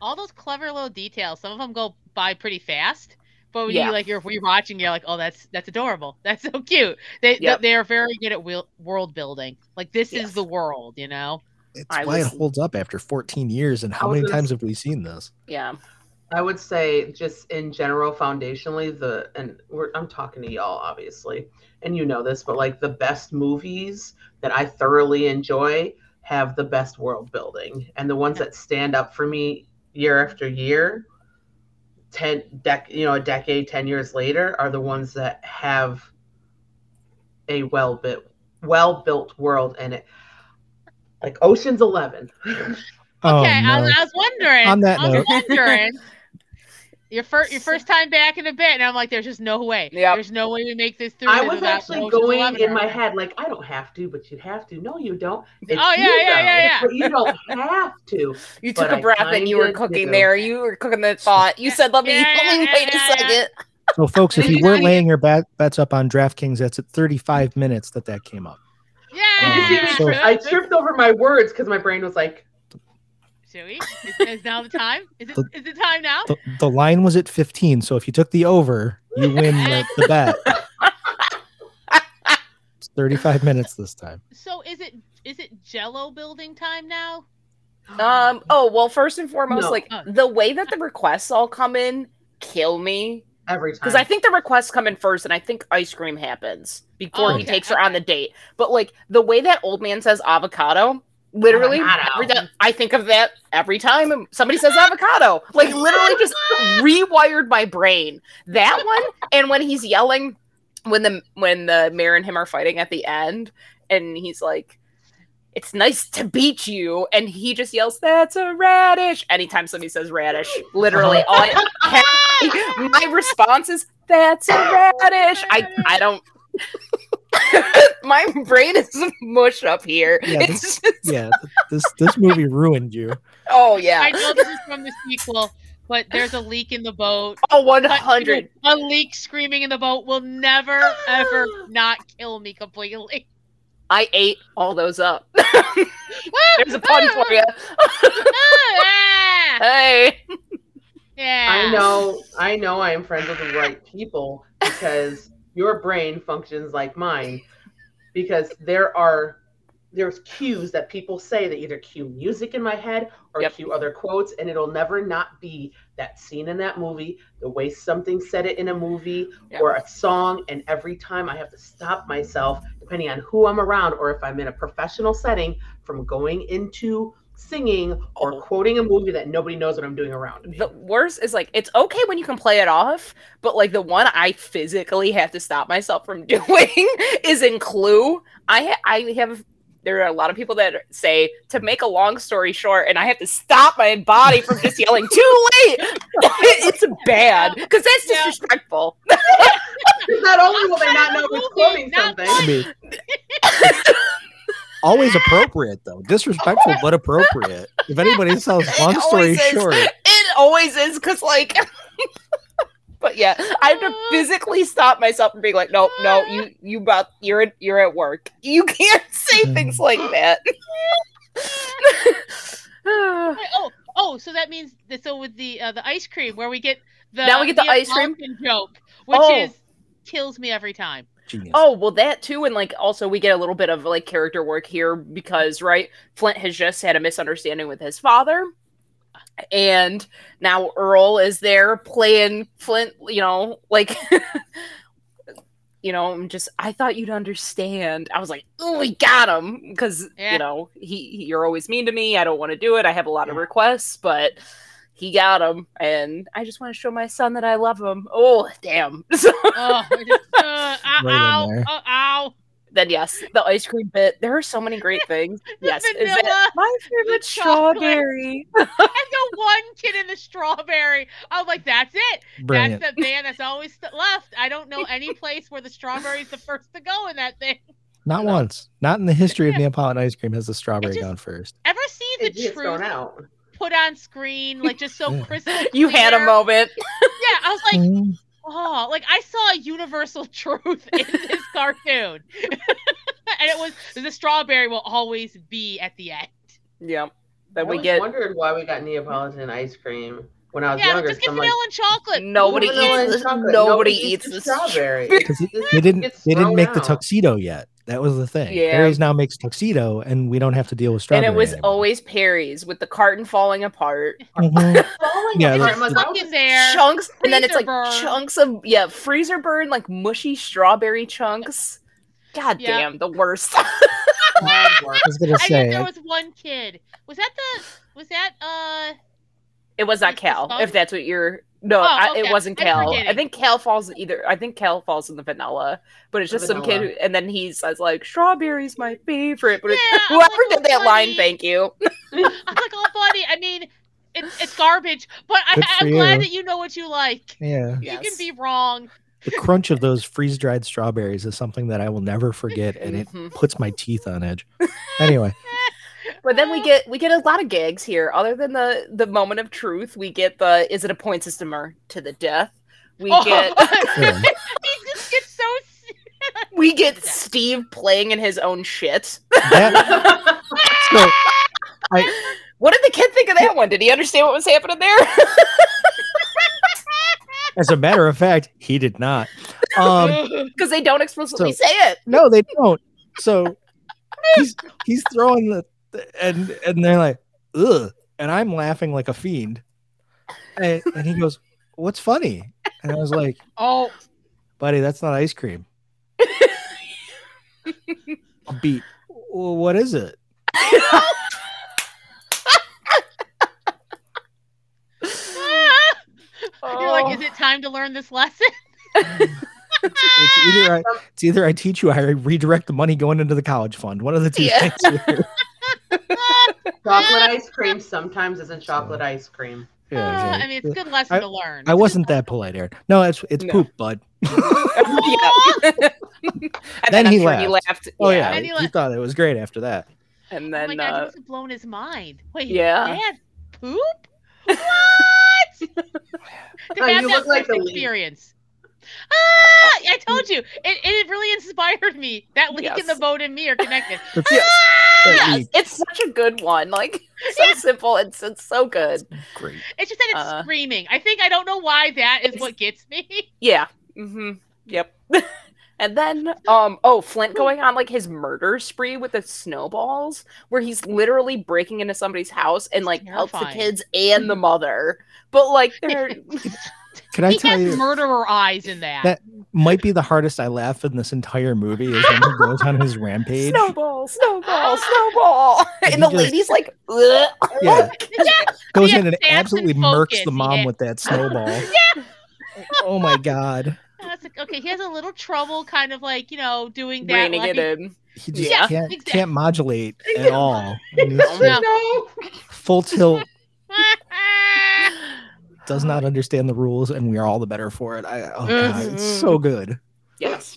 S2: All those clever little details. Some of them go by pretty fast, but when
S3: Yeah.
S2: you like you're rewatching, you're like, oh, that's that's adorable. That's so cute. They
S3: Yep.
S2: they are very good at wil- world building. Like this
S3: Yes.
S2: is the world, you know.
S1: It's
S3: I
S1: why it
S3: was-
S1: holds up after 14 years. And
S4: I
S1: how
S4: was
S1: many
S4: gonna
S1: times
S4: say-
S1: have we seen this?
S3: Yeah.
S4: I would say just in general, foundationally, the and we're, I'm talking to y'all obviously, and you know this, but like the best movies that I thoroughly enjoy have the best world building, and the ones that stand up for me year after year, ten dec you know a decade, ten years later, are the ones that have a well built well built world in it, like Ocean's Eleven.
S2: Okay, I,
S1: Oh, no.
S2: was- I was wondering.
S1: On that
S2: I was
S1: note.
S2: wondering. Your first, your first time back in a bit, and I'm like, there's just no way.
S3: Yep.
S2: There's no way we make this through.
S4: I
S2: this
S4: was
S2: without
S4: actually
S2: Ocean's
S4: going
S2: Eleven
S4: in my
S2: already.
S4: head like I don't have to, but you have to. No, you
S2: Oh,
S4: don't.
S2: yeah,
S4: you
S2: yeah,
S4: know.
S2: yeah, yeah.
S4: But you don't have to.
S3: You
S4: But
S3: took a
S4: I
S3: breath and you were
S4: kinda
S3: cooking
S4: do.
S3: there. You were cooking that thought. You said, "Let me,
S2: Yeah,
S3: let me
S2: yeah,
S3: wait
S2: yeah,
S3: a second.
S2: yeah.
S1: So, folks, if
S4: Did
S1: you
S4: you
S1: were
S4: not
S1: laying your bet, bets up on DraftKings, that's at 35 minutes that that came up.
S4: Did you see me
S2: Yeah.
S1: So-
S4: trip- I tripped over my words because my brain was like,
S2: Should we? Is, is now the time? Is it? Is it time now?
S1: The, the line was at 15. So, if you took the over, you win the, the bet. It's 35 minutes this time.
S2: So is it? Is it Jello building time now?
S3: Um. Oh well. First and foremost,
S4: No.
S3: like
S2: Oh.
S3: the way that the requests all come in, kill me
S4: every time.
S3: because I think the requests come in first, and I think ice cream happens before
S1: Oh,
S3: he
S2: okay,
S3: takes her on
S2: okay.
S3: the date. But like the way that old man says avocado, literally,
S4: Avocado.
S3: every time- I think of that every time somebody says avocado. Like literally, just rewired my brain. That one, and when he's yelling, when the when the mayor and him are fighting at the end, and he's like. It's nice to beat you, and he just yells, "That's a radish!" Anytime somebody says radish, literally, all I, my response is that's a radish. I I don't. my brain is mush up here.
S1: Yeah,
S3: it's just,
S1: Yeah, th- this this movie ruined you.
S3: oh
S2: I
S3: yeah.
S2: know this is from the sequel, but there's a leak in the boat.
S3: Oh, one
S2: But,
S3: hundred.
S2: dude, A leak screaming in the boat will never ever not kill me completely.
S3: I ate all those up. There's
S2: There's
S3: a pun for you.
S2: yeah.
S3: Hey.
S2: yeah.
S4: I know, I know, I am friends with the right people because your brain functions like mine. Because there are there's cues that people say that either cue music in my head or
S3: Yep.
S4: cue other quotes, and it'll never not be that scene in that movie, the way something said it in a movie
S3: Yeah.
S4: or a song. And every time I have to stop myself, depending on who I'm around or if I'm in a professional setting, from going into singing or
S3: Oh.
S4: quoting a movie that nobody knows what I'm doing around me.
S3: The worst is like it's okay when you can play it off, but like the one I physically have to stop myself from doing is in Clue. I ha- I have there are a lot of people that say to make a long story short, and I have to stop my body from just yelling too late. it's bad because that's
S2: No.
S3: disrespectful.
S4: Not only will they not
S2: Outside
S4: know
S2: of the
S4: who's
S2: movie,
S4: quoting
S2: not
S4: something,
S1: I mean, always appropriate though, disrespectful but appropriate. If anybody sells long
S3: It
S1: story
S3: always is.
S1: short,
S3: It always is because like. But yeah, I have
S1: Uh.
S3: to physically stop myself from being like, no, no, you, you, about, you're, at- you're at work. You can't say things like that.
S2: Wait, oh, oh, so that means that so with the uh, the ice cream where we get the
S3: Now we get the ice cream?
S2: Neapolitan joke, which
S3: Oh.
S2: is kills me every time.
S1: genius.
S3: oh well, that too, and like also we get a little bit of like character work here because right, Flint has just had a misunderstanding with his father, and now Earl is there playing Flint. You know, like. You know, I'm just. I thought you'd understand. I was like, "Oh, we got him," because
S2: Yeah.
S3: you know he, he- You're always mean to me. I don't want to do it. I have a lot of
S4: Yeah.
S3: requests, but he got him, and I just want to show my son that I love him. Oh, damn! So-
S2: Oh, I just, uh,
S1: Right
S2: ow,
S1: in
S2: ow,
S1: there.
S2: oh, ow.
S3: then yes, the ice cream bit. There are so many great things.
S2: The
S3: yes, is
S2: vanilla.
S3: it my
S2: the
S3: favorite
S2: chocolate.
S3: strawberry?
S2: I the one kid in the strawberry. I'm like, that's it.
S1: Brilliant.
S2: That's the man that's always st- left. I don't know any place where the strawberry's the first to go in that thing.
S1: Not once. Not in the history of Neapolitan ice cream has the strawberry
S2: It just-
S1: gone first.
S2: Ever see
S4: it
S2: the
S4: gets thrown
S2: truth
S4: out.
S2: put on screen like just so
S1: Yeah.
S2: crystal?
S3: You had a
S2: clear?
S3: moment.
S2: Yeah, I was like,
S1: Mm,
S2: Oh, like I saw a universal truth in this cartoon. and it was the strawberry will always be at the end.
S3: Yeah.
S4: I
S3: Then we
S4: always
S3: get
S4: wondered why we got Neapolitan ice cream when I was
S2: Yeah,
S4: younger.
S2: just get
S4: 'cause I'm
S2: vanilla
S4: like,
S2: and chocolate.
S3: Nobody
S4: vanilla
S3: eats
S4: and
S3: this-
S4: chocolate.
S3: nobody eats
S4: the
S3: this
S4: strawberry.
S1: 'Cause it-
S4: It
S1: They didn't.
S4: gets
S1: They didn't
S4: thrown
S1: make the
S4: out.
S1: tuxedo yet. That was the thing.
S3: Yeah.
S1: Harry's now makes tuxedo, and we don't have to deal with
S3: and
S1: strawberry.
S3: it was
S1: anymore.
S3: always Perry's with the carton falling apart.
S1: Mhm.
S4: Falling
S1: Yeah,
S4: apart.
S1: that's-
S4: I'm like,
S2: Stuck
S4: why
S2: in there.
S3: chunks and then it's like
S2: freezer burn.
S3: chunks of yeah freezer burn like mushy strawberry chunks god
S2: Yeah.
S3: damn the worst
S4: would that work?
S1: I was gonna
S2: I knew
S1: say.
S2: there was one kid. Was that the? Was that uh?
S3: it was not
S2: It's
S3: cal
S2: fun.
S3: if that's what you're no
S2: Oh,
S3: I, it
S2: okay.
S3: wasn't
S2: I'm
S3: cal i
S2: forgetting.
S3: think cal falls either i think cal falls in the vanilla but it's
S4: The
S3: just some kid
S4: vanilla.
S3: who, and then he says like strawberry's my favorite but it-
S2: Yeah, I'm
S3: whoever
S2: like,
S3: did that
S2: "Oh,
S3: line
S2: buddy."
S3: thank you
S2: I was like, oh, buddy. I mean, it's it's garbage, but I,
S1: Good for
S2: I'm glad
S1: you.
S2: that you know what you like.
S1: Yeah,
S2: You
S3: Yes.
S2: can be wrong.
S1: the crunch of those freeze dried strawberries is something that I will never forget, and it
S2: Mm-hmm.
S3: Mhm.
S1: puts my teeth on edge. Anyway,
S3: but then we get we get a lot of gags here other than the the moment of truth we get the is it a point systemer to the death we
S2: Oh,
S3: get
S1: yeah.
S2: he just gets so. s-
S3: We get
S2: Yeah.
S3: Steve playing in his own shit.
S1: that, so,
S3: What did the kid think of that one? Did he understand what was happening there?
S1: as a matter of fact, he did not. Um,
S3: Because they don't explicitly
S1: so-
S3: say it.
S1: no, they don't. So he's he's throwing the and and they're like, ugh, and I'm laughing like a fiend. And, and he goes, "What's funny?" And I was like,
S2: Oh,
S1: buddy, that's not ice cream. a beat. Well, what is it?
S2: you're like, is it time to learn this lesson?
S1: It's either I, it's either I teach you, or I redirect the money going into the college fund. One of the two
S3: Yeah.
S1: things. here.
S4: chocolate ice cream sometimes isn't chocolate ice cream.
S1: Yeah,
S2: Uh,
S1: it's
S2: I
S1: like-
S2: mean, it's a good lesson to learn.
S1: I wasn't that polite, Aaron. No, it's it's
S3: No.
S1: poop, bud.
S2: Oh
S3: Yeah. and
S1: Then
S3: I'm
S1: he
S3: sure he
S1: laughed.
S3: laughed.
S1: Oh yeah,
S2: And he
S1: he,
S2: like-
S1: thought it was great after that.
S3: And
S2: Oh my god,
S3: then
S2: he
S3: uh,
S2: must have blown his mind. Wait,
S3: yeah.
S2: dad, poop? What? to
S4: Oh,
S2: have that
S4: you look like
S2: first
S4: the lead.
S2: experience. Ah, I told you, it, it really inspired me. That leak in the
S3: Yes.
S2: boat and me are connected.
S1: But yes, that
S3: yes,
S1: lead-
S3: it's such a good one. Like so simple. It's it's so good.
S1: great.
S2: It's just that it's
S3: Uh.
S2: screaming. I think I don't know why that is what gets me.
S3: Yeah. Mm-hmm. Yep. and then, um, oh, Flint going on like his murder spree with the snowballs, where he's literally breaking into somebody's house and like helps the
S2: Terrifying.
S3: kids and the mother. But like, they're
S1: Can I
S2: he
S1: tell
S2: has
S1: you?
S2: murderer eyes in that.
S1: That might be the hardest I laugh in this entire movie is when he goes on his rampage.
S3: snowball, snowball, snowball,
S1: And
S3: and,
S1: he
S3: the
S1: just-
S3: lady's like, Ugh.
S1: Yeah, goes
S2: Yeah,
S1: in and
S2: snaps and
S1: absolutely murks the
S2: focus,
S1: mom
S2: yeah.
S1: with that snowball. Oh my god,
S2: I was like, okay, he has a little trouble, kind of like you know, doing that.
S3: reining
S2: like,
S3: it in.
S1: he just
S3: Yeah, Oh,
S1: can't
S2: exactly.
S1: can't modulate at all. And he's
S3: No.
S1: just Full tilt does not understand the rules, and we are all the better for it. I, oh god,
S3: Mm-hmm.
S1: it's so good.
S3: Yes.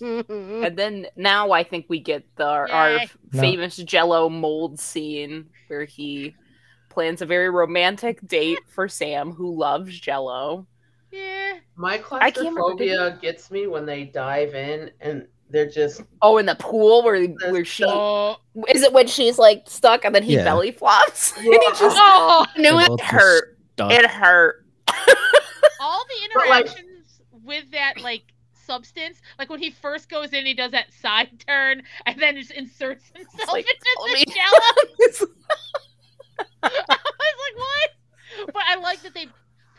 S3: And then now I think we get the our
S2: Yay.
S1: No.
S3: famous Jello mold scene where he plans a very romantic date for Sam who loves Jello.
S2: yeah.
S4: My
S3: can't remember-
S4: claustrophobia gets me when they dive in and they're just
S3: Oh, in the pool where where she
S2: Oh,
S3: is it when she's like stuck and then he
S1: Yeah.
S3: belly flops and he just
S2: oh,
S3: knew
S1: They're
S3: it
S1: both just
S3: hurt.
S1: stuck.
S3: It hurt.
S2: all the
S4: But, like-
S2: interactions with that like substance, like when he first goes in, he does that side turn and then just inserts himself
S3: like, tell
S2: into
S3: me.
S2: the jello. I was like, what? But I like that they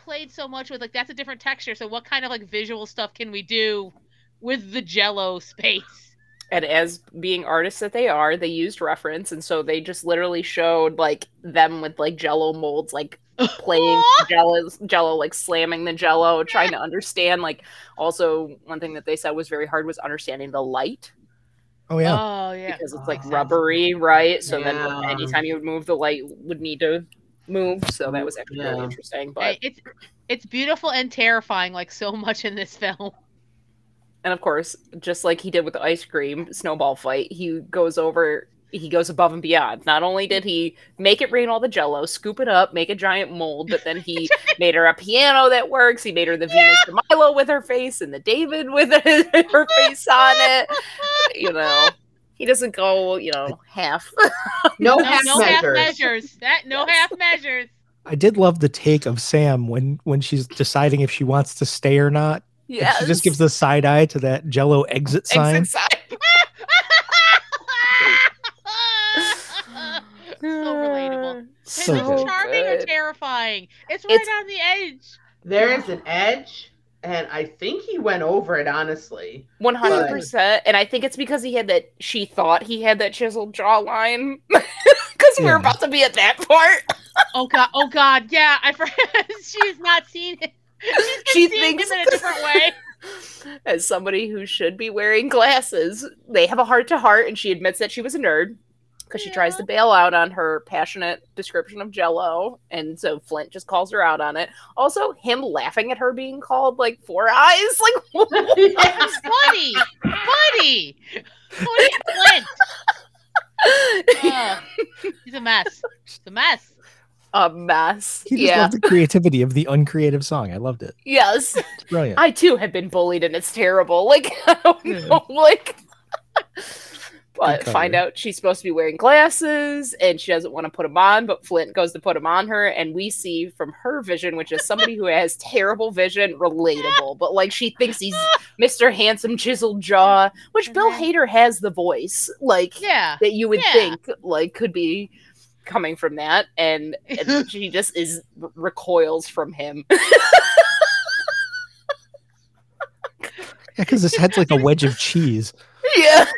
S2: played so much with like that's a different texture. So what kind of like visual stuff can we do with the jello space?
S3: and as being artists that they are, they used reference and so they just literally showed like them with like jello molds like playing
S2: Aw.
S3: jello jello like slamming the jello trying to understand like also one thing that they said was very hard was understanding the light
S1: Oh yeah,
S2: Oh yeah.
S3: because it's
S4: Oh,
S3: like
S4: that's-
S3: rubbery, right? So then
S4: Yeah.
S3: anytime you would move, the light would need to move. So that was actually really
S4: Yeah.
S3: interesting. But
S2: I- It's it's beautiful and terrifying, like so much in this film.
S3: and of course, just like he did with the ice cream snowball fight, he goes over. He goes above and beyond. Not only did he make it rain all the jello, scoop it up, make a giant mold, but then he made her a piano that works. He made her the Venus de Milo with her face and the David with her face on it. You know, he doesn't go, you know, half.
S4: no,
S2: No,
S4: half
S2: no half
S4: measures.
S2: measures. That no
S3: Yes.
S2: half measures.
S1: I did love the take of Sam when when she's deciding if she wants to stay or not. And
S3: Yeah,
S1: she just gives the side eye to that Jello exit sign.
S3: Exit sign.
S1: So
S2: is
S1: good.
S2: it charming or
S3: good.
S2: terrifying? It's right
S3: It's-
S2: on the edge.
S4: There is an edge, and I think he went over it, honestly.
S3: One hundred percent, and I think it's because he had that. She thought he had that chiseled jawline, because we
S1: Yeah.
S3: were about to be at that part.
S2: Oh god. Oh god. Yeah. I forgot. She's not seen it. She's been
S3: She
S2: seeing
S3: thinks-
S2: him in a different way.
S3: As somebody who should be wearing glasses, they have a heart to heart, and she admits that she was a nerd because she tries
S2: Yeah.
S3: to bail out on her passionate description of Jello, and so Flint just calls her out on it. Also, him laughing at her being called like four eyes, like what?
S4: Yes.
S2: Buddy, buddy, what is Clint? Oh, he's a mess. He's a mess.
S3: a mess.
S1: He just
S3: yeah.
S1: loved the creativity of the uncreative song. I loved it.
S3: yes.
S1: It's brilliant.
S3: I too have been bullied and it's terrible. Like I don't
S1: Yeah.
S3: know, like
S1: Good
S3: but
S1: cover.
S3: find out she's supposed to be wearing glasses and she doesn't want to put them on, but Flint goes to put them on her and we see from her vision, which is somebody who has terrible vision, relatable, but like she thinks he's Mr. Handsome Chiseled Jaw, which Bill
S2: Mhm.
S3: Hader has the voice like
S2: Yeah.
S3: that you would
S2: Yeah.
S3: think like could be coming from that and, and she just is recoils from him.
S1: Yeah, because his head's like a wedge of cheese.
S3: yeah.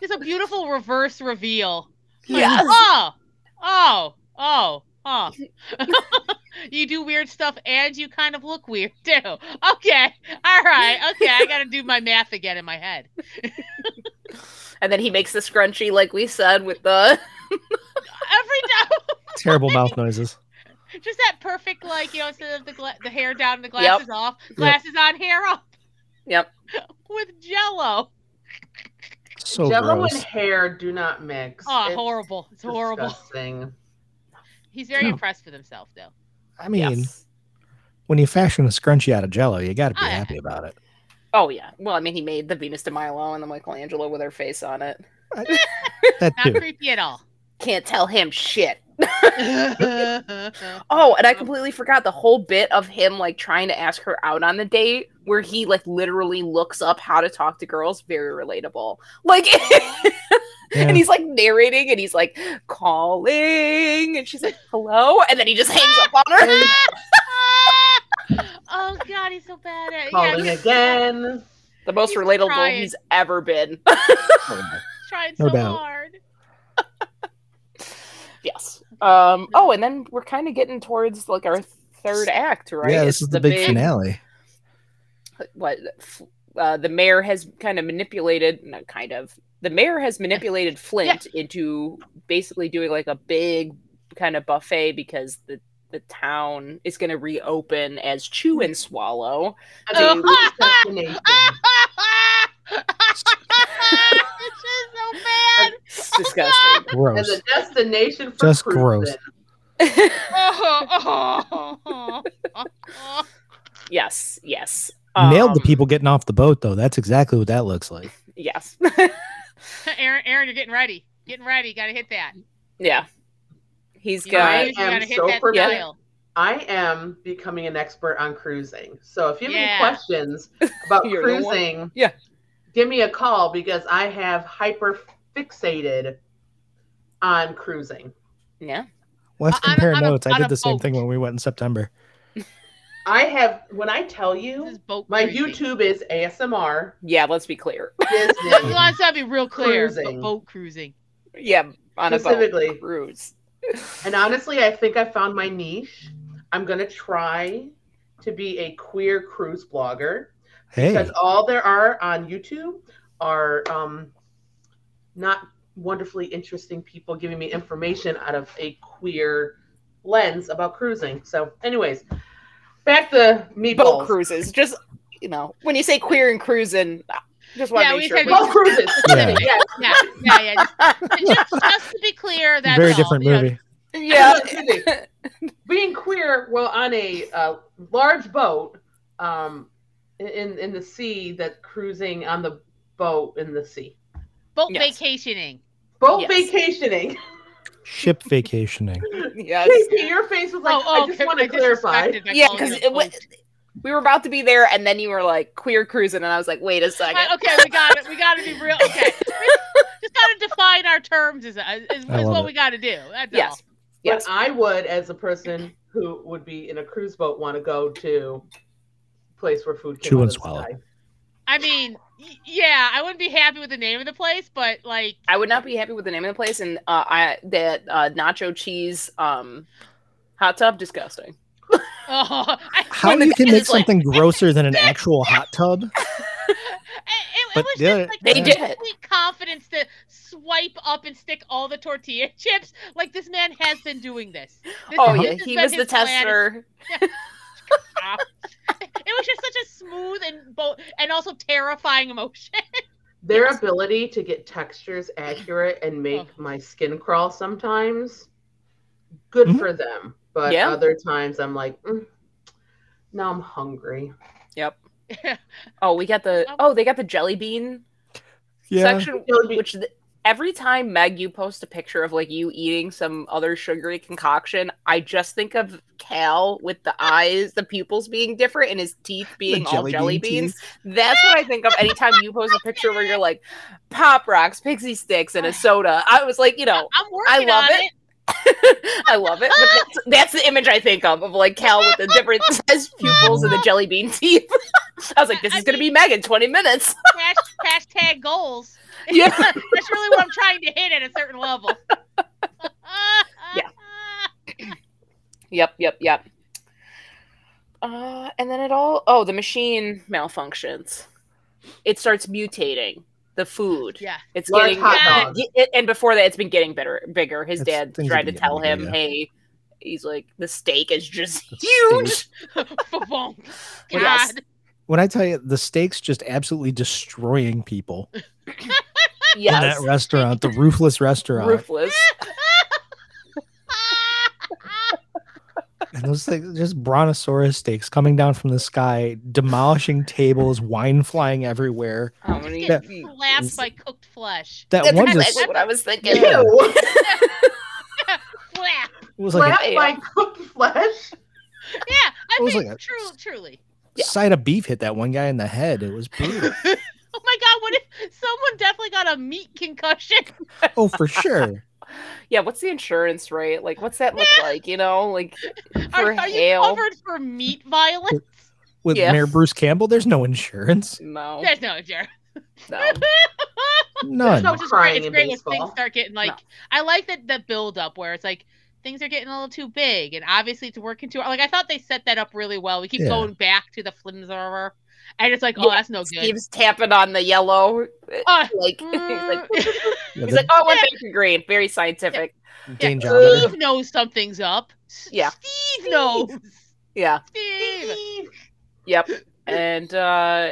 S2: It's a beautiful reverse reveal. Like,
S3: Yes.
S2: Oh, oh, oh, oh. you do weird stuff and you kind of look weird too. Okay. All right. Okay. I got to do my math again in my head.
S3: And then he makes the scrunchie, like we said, with the
S2: Every time.
S1: Terrible mouth noises.
S2: Just that perfect, like, you know, instead of the, gla- the hair down, the glasses off, glasses on, hair up
S3: yep.
S2: with jello.
S1: So
S4: Jello and
S1: gross.
S4: hair do not mix.
S2: Oh,
S4: It's
S2: horrible. It's horrible.
S4: disgusting.
S2: He's very
S1: No.
S2: impressed with himself, though.
S1: I mean, when you fashion a scrunchie out of jello, you got to be
S2: Oh, yeah.
S1: happy about it.
S3: Oh yeah. Well, I mean, he made the Venus de Milo and the Michelangelo with her face on it.
S1: That
S2: Not
S1: too.
S2: creepy at all.
S3: Can't tell him shit. Oh, and I completely forgot the whole bit of him like trying to ask her out on the date, where he like literally looks up how to talk to girls. Very relatable. Like,
S1: Yeah.
S3: and he's like narrating, and he's like calling, and she's like hello, and then he just hangs up on her.
S2: oh god, he's so bad at
S4: Calling
S2: yeah, he's
S4: again.
S3: The most
S2: He's
S3: relatable
S2: trying.
S3: he's ever been.
S2: Trying so
S1: No doubt.
S2: hard.
S3: Yes. Um. Oh, and then we're kind of getting towards like our third act, right?
S1: Yeah, this
S3: It's
S1: is the big, finale.
S3: What? f- Uh, the mayor has kind of manipulated, not kind of. The mayor has manipulated Flint into basically doing like a big kind of buffet because the the town is going to reopen as Chew and Swallow.
S4: I mean, assassination.
S2: it's just so bad.
S3: It's disgusting.
S4: And
S1: Gross.
S4: the destination for
S1: Just
S4: cruising.
S1: gross.
S2: Oh, oh, oh, oh, oh.
S3: yes. Yes.
S1: Nailed the
S3: Um,
S1: people getting off the boat though. That's exactly what that looks like.
S3: Yes.
S2: Aaron, Aaron, you're getting ready. Getting ready. Gotta hit that.
S3: yeah. He's
S2: You
S3: got.
S4: I
S2: gotta- you
S4: am
S2: gotta hit
S4: so
S2: that
S4: prepared.
S2: dial.
S4: I am becoming an expert on cruising. So if you have
S2: Yeah.
S4: any questions about
S3: You're the one.
S4: cruising,
S3: Yeah.
S4: give me a call because I have hyper fixated on cruising.
S3: Yeah.
S1: Let's
S2: On a-
S1: compare
S2: on a-
S1: notes. I
S2: on
S1: did
S2: a
S1: the same
S2: boat.
S1: thing when we went in September.
S4: I have when I tell
S2: This
S4: you
S2: is boat
S4: my
S2: cruising.
S4: YouTube is ASMR
S3: Yeah. Let's be clear.
S2: Those
S4: Disney
S2: lines gotta be real clear.
S4: Cruising.
S2: But boat cruising.
S3: Yeah, on a boat
S4: specifically.
S3: cruise.
S4: And honestly, I think I found my niche. I'm gonna try to be a queer cruise blogger.
S1: Hey,
S4: because all there are on YouTube are um, not wonderfully interesting people giving me information out of a queer lens about cruising. So, anyways, back to meatballs.
S3: Boat cruises, just you know, when you say queer and cruising, I just want to
S2: Yeah,
S3: make
S2: we
S3: sure.
S2: said
S3: we-
S4: Boat cruises.
S1: Yeah.
S4: Yes.
S2: Yeah, yeah, yeah. Just, just, just to be clear, that's
S1: very
S2: all,
S1: different
S2: you know,
S1: movie.
S3: yeah,
S4: Being queer while on a uh, large boat um, in in the sea, that cruising on the boat in the sea,
S2: boat
S3: Yes.
S2: vacationing.
S4: boat
S3: Yes.
S4: vacationing.
S1: Ship vacationing.
S3: yes.
S4: Casey, your face was like, I just
S2: Oh, okay,
S4: want to
S2: I
S4: clarify.
S2: disrespected by
S3: yeah,
S2: calling
S3: because
S2: it a boat.
S3: we were about to be there, and then you were like queer cruising, and I was like, wait a second.
S2: Uh, okay, we got it. We got to be real. Okay, just gotta define our terms is is, is
S1: love
S2: what
S1: it.
S2: we got to do. That's
S3: Yes.
S2: all.
S3: Yes.
S4: But I would, as a person who would be in a cruise boat, want to go to a place where food came
S1: Chew
S4: out
S1: and
S4: of the
S1: swallow.
S4: sky.
S2: I mean, y- yeah, I wouldn't be happy with the name of the place, but like,
S3: I would not be happy with the name of the place, and uh, I that uh, nacho cheese um, hot tub disgusting.
S2: oh, I,
S1: How
S3: When the
S1: you can
S3: kid
S1: make
S3: is like-
S1: something grosser than an actual hot tub?
S2: it, it,
S1: But
S2: was
S1: the other-
S2: just like
S3: They
S2: the
S3: did it.
S2: complete confidence to swipe up and stick all the tortilla chips. Like this man has been doing this. This-
S3: Oh
S1: Uh-huh.
S3: yeah,
S2: this has
S3: he
S2: been
S3: was the
S2: his plan.
S3: tester.
S2: It was just such a smooth and bo- and also terrifying emotion.
S4: Their ability to get textures accurate and make
S2: Oh.
S4: my skin crawl sometimes, good
S1: Mhm.
S4: for them. But
S3: Yeah.
S4: other times I'm like, mm, now I'm hungry.
S3: Oh, we got the oh they got the jelly bean section,
S4: Jelly bean.
S3: which the, every time Meg you post a picture of like you eating some other sugary concoction, I just think of Cal with the eyes, the pupils being different, and his teeth being all jelly beans. That's what I think of anytime you post a picture where you're like pop rocks, pixie sticks, and a soda. Oh, I was like, you know,
S2: I'm working
S3: love
S2: on
S3: it. I love it. But that's, that's the image I think of of like Cal with the different size pupils and the jelly bean teeth. I was like, this
S2: I
S3: is going to be Meg in 20 minutes.
S2: Hash- hashtag goals.
S3: Yeah.
S2: That's really what I'm trying to hit at a certain level.
S3: Yeah. Yep, yep, yep. Uh, and then it all, oh, the machine malfunctions. It starts mutating the food.
S2: Yeah.
S3: It's
S4: Large
S3: getting
S4: hot
S2: Yeah.
S4: dogs.
S3: Y- it- and before that, it's been getting bitter, bigger. His
S1: It's-
S3: dad
S1: things are
S3: tried to tell
S1: getting
S3: him,
S1: bigger,
S3: "Hey, he's like the steak is just
S1: The
S3: huge."
S2: Fa-bonk. God.
S3: Well, yes.
S1: When I tell you the steaks just absolutely destroying people in
S3: Yes,
S1: that restaurant, the roofless restaurant,
S3: ruthless.
S1: and those things, just brontosaurus steaks coming down from the sky, demolishing tables, wine flying everywhere.
S3: How many?
S1: That-
S2: Slapped by cooked flesh.
S1: That
S3: That's
S1: one
S3: exactly
S1: just
S3: what I was thinking.
S1: Yeah.
S4: Ew.
S2: Flap.
S1: was like
S4: Flat
S1: a
S3: an-
S4: by cooked flesh.
S2: Yeah. I
S1: It was
S2: mean,
S1: like a-
S2: true, truly.
S3: Yeah.
S1: side of beef hit that one guy in the head. It was brutal.
S2: Oh my god, what if someone definitely got a meat concussion?
S1: oh, for sure.
S3: Yeah, what's the insurance rate? Like, what's that look like? You know, like for
S2: Are, are you
S3: hail?
S2: covered for meat violence?
S1: With
S3: Yeah.
S1: Mayor Bruce Campbell, there's no insurance.
S3: No,
S2: There's no insurance.
S3: no.
S1: None.
S2: No,
S4: No
S2: it's just great.
S4: crying
S2: It's
S4: in
S2: great when
S4: baseball.
S2: things start getting like I like that the build up where it's like things are getting a little too big and obviously it's working too like I thought they set that up really well. We keep
S1: Yeah.
S2: going back to the flimser and it's like, oh
S3: Yeah,
S2: that's no good.
S3: Steve's tapping on the yellow.
S2: Uh,
S3: Like, he's
S2: Mm,
S3: like,
S1: Yeah,
S3: he's
S1: the
S3: like, oh, I went back to green. Very scientific.
S1: Dane
S2: yeah,
S1: Java.
S2: Steve knows something's up. S-
S3: Yeah.
S2: Steve knows.
S3: Yeah.
S2: Steve.
S3: Yep. And uh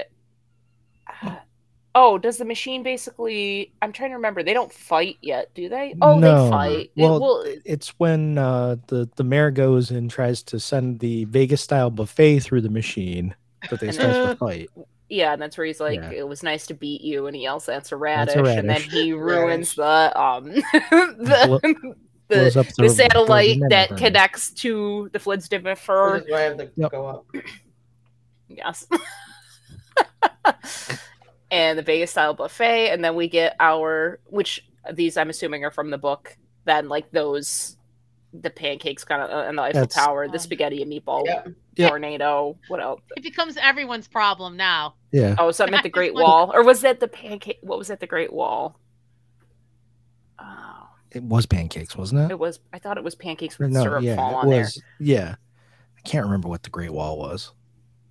S3: oh, does the machine basically I'm trying to remember, they don't fight yet, do they? Oh,
S1: No.
S3: they fight.
S1: Well,
S3: Well, well
S1: It's when uh, the the mayor goes and tries to send the Vegas style buffet through the machine that they
S3: And
S1: start
S2: then-
S1: to fight.
S3: yeah, and that's where he's like,
S1: Yeah.
S3: it was nice to beat you, and he yells, That's a
S1: That's
S3: radish,
S1: a
S3: and then
S1: radish.
S3: he ruins
S4: Radish.
S3: the um the
S1: Blows
S3: the,
S1: up
S3: the
S1: third-
S3: satellite
S1: third men
S3: that
S1: burn.
S3: connects to the Flintstonifer.
S4: Which is why I have to
S1: Yep.
S4: go up.
S3: Yes. and the Vegas style buffet, and then we get our which these I'm assuming are from the book. Then like those, the pancakes kind of uh, and the Eiffel
S1: That's-
S3: Tower, the
S2: Um,
S3: spaghetti and meatball
S4: Yep.
S1: Yeah.
S3: tornado. What else?
S2: It becomes everyone's problem now.
S1: Yeah.
S3: Oh, something at the
S2: That's
S3: Great
S2: what-
S3: Wall, or was that the pancake? What was at the Great Wall? Oh,
S1: It was pancakes, wasn't it?
S3: it was. I thought it was pancakes
S1: Or
S3: with
S1: no,
S3: syrup
S1: yeah,
S3: fall
S1: it
S3: on
S1: was. Yeah. I can't remember what the Great Wall was.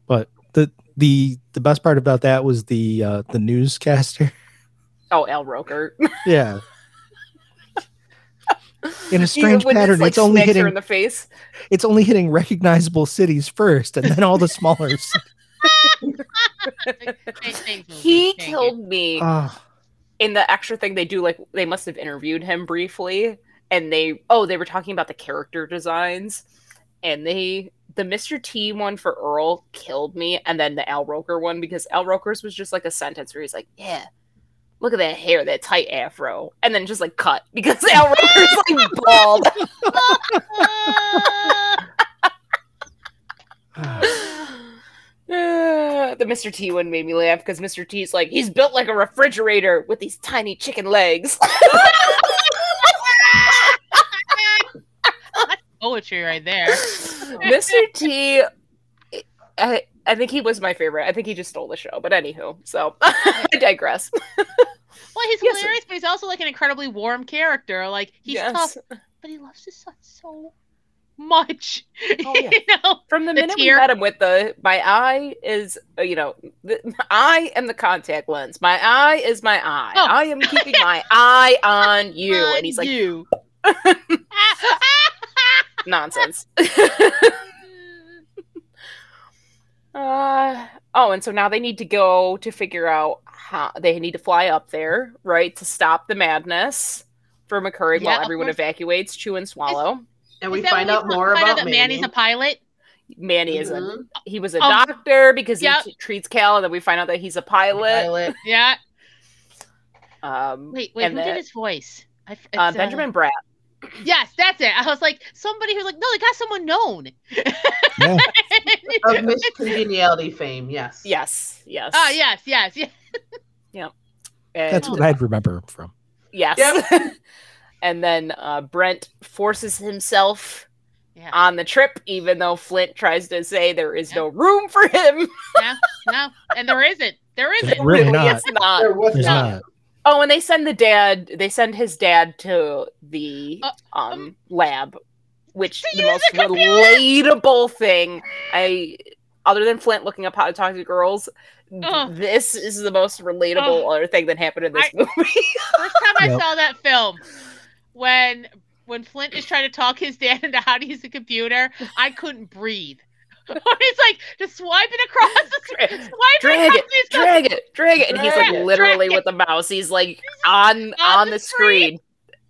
S1: But the the the best part about that was the uh the newscaster.
S3: there. Oh, Al Roker.
S1: yeah. In a strange
S3: When
S1: pattern,
S3: like,
S1: it's only
S3: smacks her
S1: hitting
S3: in the face.
S1: it's only hitting recognizable cities first and then all the smaller cities.
S2: Like, things- things will
S3: He
S2: change.
S3: killed me.
S1: Ah,
S3: in the extra thing they do like they must have interviewed him briefly and they oh they were talking about the character designs and they the Mr. T one for Earl killed me and then the Al Roker one because Al Roker's was just like a sentence where he's like, Yeah, look at that hair, that tight afro and then just like cut because Al Roker's like bald.
S2: Ah,
S1: ah.
S3: Uh, the Mr. T one made me laugh because Mr. T's like, he's built like a refrigerator with these tiny chicken legs.
S2: poetry right there.
S3: Mr. T, I, I think he was my favorite. I think he just stole the show. But anywho, so I digress.
S2: Well, he's
S3: Yes.
S2: hilarious, but he's also like an incredibly warm character. Like he's
S3: Yes.
S2: tough, but he loves his son so much.
S3: Oh, yeah.
S2: you know,
S3: From the,
S2: The
S3: minute
S2: tear.
S3: we met him with the my eye is uh, you know the, I am the contact lens. My eye is my eye.
S2: Oh.
S3: I am keeping my eye on you.
S2: on
S3: and he's like
S2: you.
S3: nonsense. Uh, oh, and so now they need to go to figure out how they need to fly up there, right, to stop the madness for McCurry
S2: Yeah,
S3: while
S2: of
S3: everyone
S2: course.
S3: evacuates. Chew and swallow.
S2: Is
S4: And we
S2: that
S4: find
S2: when
S4: out more about
S2: that Manny's a pilot.
S3: Manny is a
S4: Mhm.
S3: he was a
S2: Oh,
S3: doctor because
S2: yep.
S3: he t- treats Cal, and then we find out that he's a pilot.
S4: Pilot.
S2: Yeah.
S3: Um,
S2: Wait, wait.
S3: And
S2: who did
S3: the-
S2: his voice? I f-
S3: uh,
S2: it's,
S3: Benjamin Bratt.
S2: yes, that's it. I was like somebody who's like, no, they got someone known.
S1: Yeah.
S4: Of Miss Congeniality fame, yes.
S3: Yes, yes.
S2: Oh yes, yes, yes.
S3: And,
S1: That's what I'd remember him from.
S3: Yes. and then uh, Brent forces himself
S2: Yeah.
S3: on the trip, even though Flint tries to say there is no room for him.
S2: no, and there isn't. There isn't.
S1: Really
S3: Really,
S1: not.
S3: it's not.
S4: There was
S1: There's
S4: not.
S1: not.
S3: Oh, and they send the dad. They send his dad to the
S2: Uh,
S3: um,
S2: um,
S3: lab, which
S2: to
S3: the
S2: use
S3: most
S2: the computer!
S3: relatable thing I, other than Flint looking up how to talk to girls, th-
S2: Ugh.
S3: this is the most relatable
S2: Ugh.
S3: other thing that happened in this
S2: I-
S3: movie.
S2: First time I
S1: Yep.
S2: saw that film, when when Flint is trying to talk his dad into how to use the computer, I couldn't breathe. He's like just swiping across the
S3: Dra-
S2: screen, swiping
S3: drag
S2: across the screen.
S3: drag it, drag it, and he's like
S4: Drag it,
S3: literally
S2: drag it.
S3: with the mouse. He's like on on
S2: the
S3: the,
S2: screen.
S3: screen.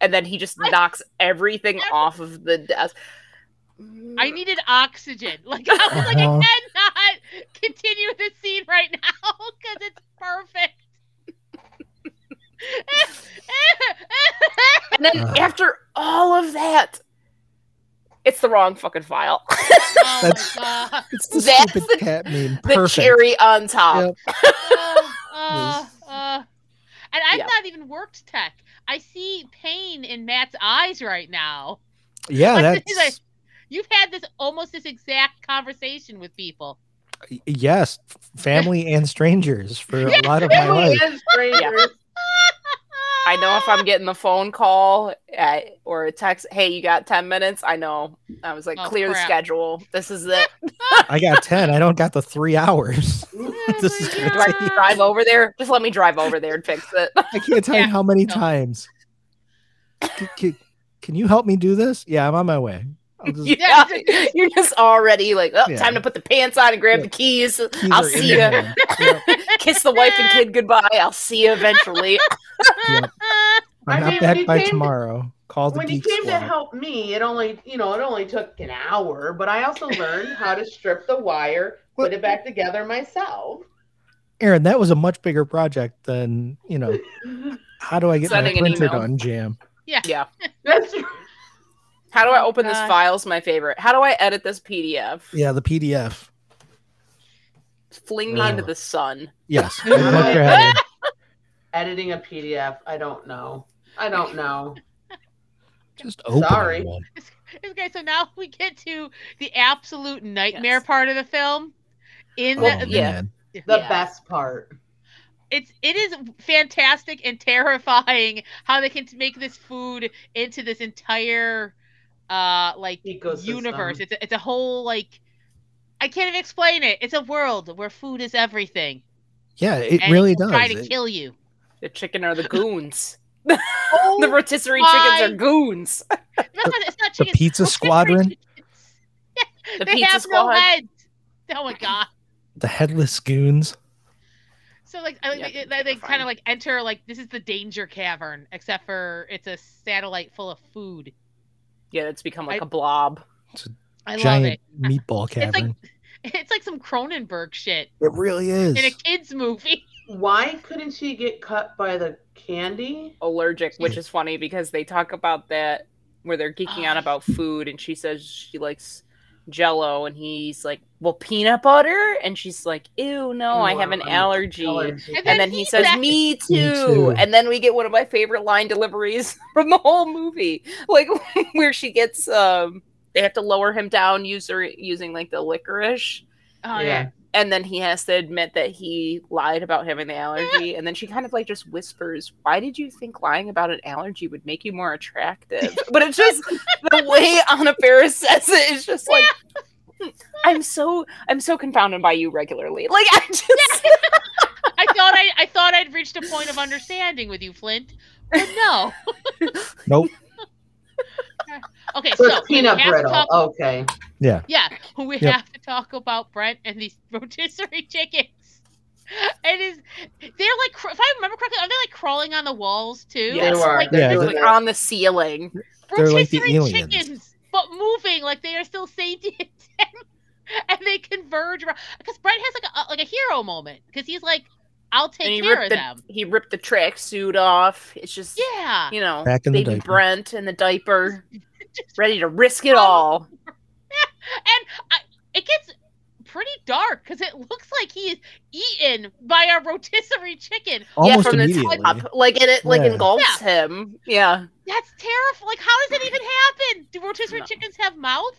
S3: and then he just
S2: I-
S3: knocks everything
S2: Every-
S3: off of the desk.
S2: I needed oxygen. Like I was like, I
S1: Uh-huh.
S2: cannot continue this scene right now because it's perfect. Oh
S3: And then
S1: Ugh.
S3: after all of that, it's the wrong fucking file.
S2: oh
S1: That's-
S2: my god.
S1: It's the
S3: That's
S1: stupid
S3: the-
S1: cat meme.
S3: the
S1: Perfect.
S3: cherry on top.
S2: Oh, oh, oh. And I've
S3: Yeah.
S2: not even worked tech. I see pain in Matt's eyes right now.
S1: Yeah,
S2: Like,
S1: that's
S2: he's like- You've had this almost this exact conversation with people.
S1: yes, family and strangers for
S2: Yeah,
S1: a lot of my
S4: Family
S1: life.
S4: and strangers.
S3: I know if I'm getting the phone call uh or a text, hey, you got 10 minutes. I know. I was like,
S2: Oh,
S3: clear
S2: crap.
S3: the schedule. This is it.
S1: I got ten. I don't got the three hours.
S2: Oh
S1: This
S2: my
S1: is gonna
S3: Do I
S2: God.
S3: drive over there? Just let me drive over there and fix it.
S1: I can't tell
S2: Yeah.
S1: you how many
S2: No.
S1: times. Can, can, can you help me do this? Yeah, I'm on my way. I'll just,
S3: yeah.
S2: Yeah.
S3: You're just already like, oh,
S1: Yeah.
S3: time to put the pants on and grab the keys.
S1: keys
S3: I'll
S1: are in
S3: see
S1: your
S3: ya.
S1: hand. Yep,
S3: Kiss the wife and kid goodbye. I'll see you eventually.
S1: yep.
S4: I
S1: I'm not
S4: mean, when
S1: back
S4: you
S1: by
S4: came-
S1: tomorrow. Call the
S4: when you
S1: geek
S4: came to
S1: squad.
S4: help me, it only you know it only took an hour, but I also learned how to strip the wire,
S1: What-
S4: put it back together myself.
S1: Aaron, that was a much bigger project than you know. How do I get
S3: Sending
S1: my
S3: an
S1: printer
S3: email.
S1: done, Jam?
S3: yeah.
S4: That's true.
S3: How do I
S2: Oh,
S3: open this
S2: gosh.
S3: file? Is my favorite. How do I edit this PDF?
S1: Yeah, the PDF.
S3: Fling me into
S1: Ugh.
S3: the sun.
S1: Yes, I'd much rather.
S4: editing a PDF. I don't know. I don't know.
S1: Just open
S4: Sorry.
S1: one.
S2: Okay, so now we get to the absolute nightmare
S3: Yes.
S2: part of the film. In
S1: Oh
S2: the,
S3: yeah.
S1: man,
S4: The
S3: Yeah.
S4: best part.
S2: it's it is fantastic and terrifying how they can t- make this food into this entire uh like
S4: Ecosystem.
S2: universe it's a, it's a whole like i can't even explain it it's a world where food is everything
S1: yeah, it
S2: and
S1: really
S2: it will
S1: does.
S2: try to
S1: It-
S2: kill you
S3: The chicken are the goons.
S2: oh,
S3: the rotisserie
S2: my-
S3: chickens are goons.
S2: no, it's not
S1: the
S2: chickens,
S1: pizza
S2: it's
S1: squadron,
S2: chickens.
S3: The
S2: they
S3: pizza
S2: have no
S3: squad.
S2: heads oh my god
S1: the headless goons.
S2: so like I,
S3: Yeah,
S2: they,
S3: they're
S2: they kind
S3: fine.
S2: of like enter like this is the danger cavern except for it's a satellite full of food
S3: yeah, it's become like
S2: I-
S3: a blob.
S2: i love it
S1: giant meatball
S2: like-
S1: cavern.
S2: it's like some Cronenberg shit
S1: It really is.
S2: in a kids movie.
S4: Why couldn't she get cut by the candy?
S3: Allergic, which is funny because they talk about that where they're geeking out
S2: Oh.
S3: about food and she says she likes jello and he's like, Well, peanut butter? And she's like, Ew, no, I have an
S4: Wow.
S3: allergy.
S4: Allergy.
S2: And
S3: And then he says,
S2: said-
S3: Me too.
S1: too.
S3: And then we get one of my favorite line deliveries from the whole movie. Like where she gets um They have to lower him down user using like the licorice,
S2: Oh yeah.
S4: yeah.
S3: and then he has to admit that he lied about having the allergy. And then she kind of like just whispers, "Why did you think lying about an allergy would make you more attractive?" But it's just the way Anna Ferris says it is just like. I'm so I'm so confounded by you regularly. Like I just
S2: I thought I, I thought I'd reached a point of understanding with you, Flint. But no.
S1: Nope.
S2: Okay,
S4: So
S2: so,
S4: it's peanut
S2: we have to
S4: brittle.
S2: talk.
S4: Okay.
S2: Yeah, we
S1: Yep.
S2: have to talk about Brent and these rotisserie chickens. It is. They're like, cr- if I remember correctly, are they like crawling on the walls too?
S4: They
S3: Yes.
S4: were.
S2: Like,
S4: They're
S1: Yeah,
S4: doing
S3: like
S4: it.
S3: on the ceiling.
S1: They're like the
S2: rotisserie
S1: aliens.
S2: chickens, but moving like they are still sentient, and they converge around. Because Brent has like a like a hero moment because he's like, "I'll
S3: And
S2: take
S3: he
S2: care
S3: ripped
S2: of
S3: the
S2: them."
S3: he ripped the tracksuit off. It's just
S2: Yeah,
S3: you know
S1: Back in the
S3: baby
S1: diaper.
S3: Brent and the diaper,
S2: Just-
S3: ready to risk it
S2: Oh.
S3: all.
S2: and I, it gets pretty dark because it looks like he is eaten by a rotisserie chicken.
S1: Almost
S3: yeah, from
S1: immediately.
S3: the top, like it, it like
S1: Yeah.
S3: engulfs him. Yeah,
S2: That's terrifying. Like, how does that even happen? Do rotisserie
S3: No.
S2: chickens have mouths?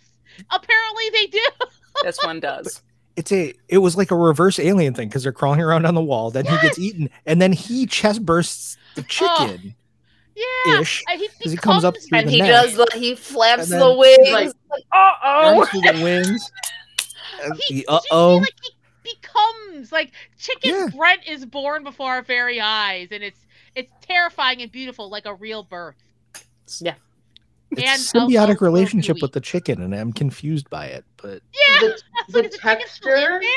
S2: Apparently, they do.
S3: this one does.
S1: It's a it was like a reverse alien thing because they're crawling around on the wall, then he gets eaten, and then he chest bursts the chicken
S2: Oh, Yeah.
S1: ish.
S2: And he
S1: As he comes up
S2: becomes-
S1: through
S3: and
S1: the
S3: he
S1: neck.
S3: does the, he flaps
S1: And then
S3: the wings.
S4: like-
S3: Like, uh oh,
S1: runs through the winds. And
S2: He-
S1: the
S2: did you
S1: uh
S2: see,
S1: oh.
S2: Like he becomes like chicken
S1: Yeah.
S2: Brent is born before our very eyes, and it's it's terrifying and beautiful, like a real birth.
S1: It's a
S2: and a
S1: symbiotic
S2: local
S1: relationship
S2: gooey.
S1: with the chicken, and I'm confused by it. But
S2: Yeah.
S4: The,
S2: So
S4: the
S2: does chicken still live
S4: texture.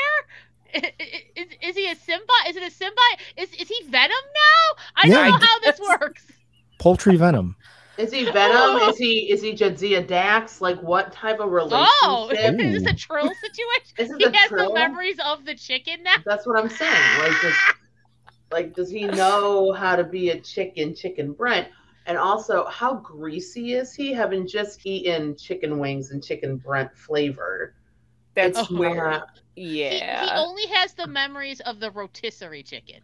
S2: there? Is, is he a symbiote? Is it a symbiote? Is is he venom now? I
S1: Yeah, I
S2: don't know how this
S3: guess.
S2: works.
S1: poultry venom.
S4: Is he Venom? Is he is he Jadzia Dax? Like what type of relationship?
S2: Oh. Oh, is
S1: Ooh.
S2: this a Trill situation?
S4: Is it
S2: He
S4: the
S2: has
S4: Trill?
S2: the memories of the chicken now.
S4: That's what I'm saying. Like, does, like, does he know how to be a chicken, chicken Brent? And also, how greasy is he having just eaten chicken wings and chicken Brent flavor?
S3: that's
S4: It's
S3: weird.
S4: not-
S2: He,
S3: Yeah,
S2: he only has the memories of the rotisserie chicken.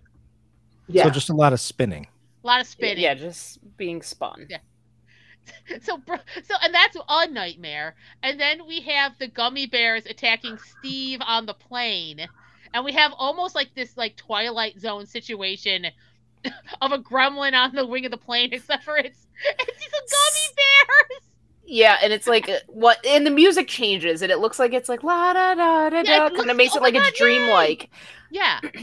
S4: Yeah.
S1: So just a lot of spinning.
S2: A lot of spinning.
S3: yeah, just being spun.
S2: Yeah. So, br- so, and that's a nightmare. And then we have the gummy bears attacking Steve on the plane, and we have almost like this like Twilight Zone situation of a gremlin on the wing of the plane, except for it's it's these gummy bears.
S3: Yeah, and it's like uh, what, and the music changes, and it looks like it's like la da da da
S2: Yeah,
S3: da,
S2: it
S3: kind
S2: looks-
S3: of makes
S2: oh
S3: it
S2: my
S3: like it's
S2: God, yay!
S3: dreamlike. Oh,
S2: Yeah,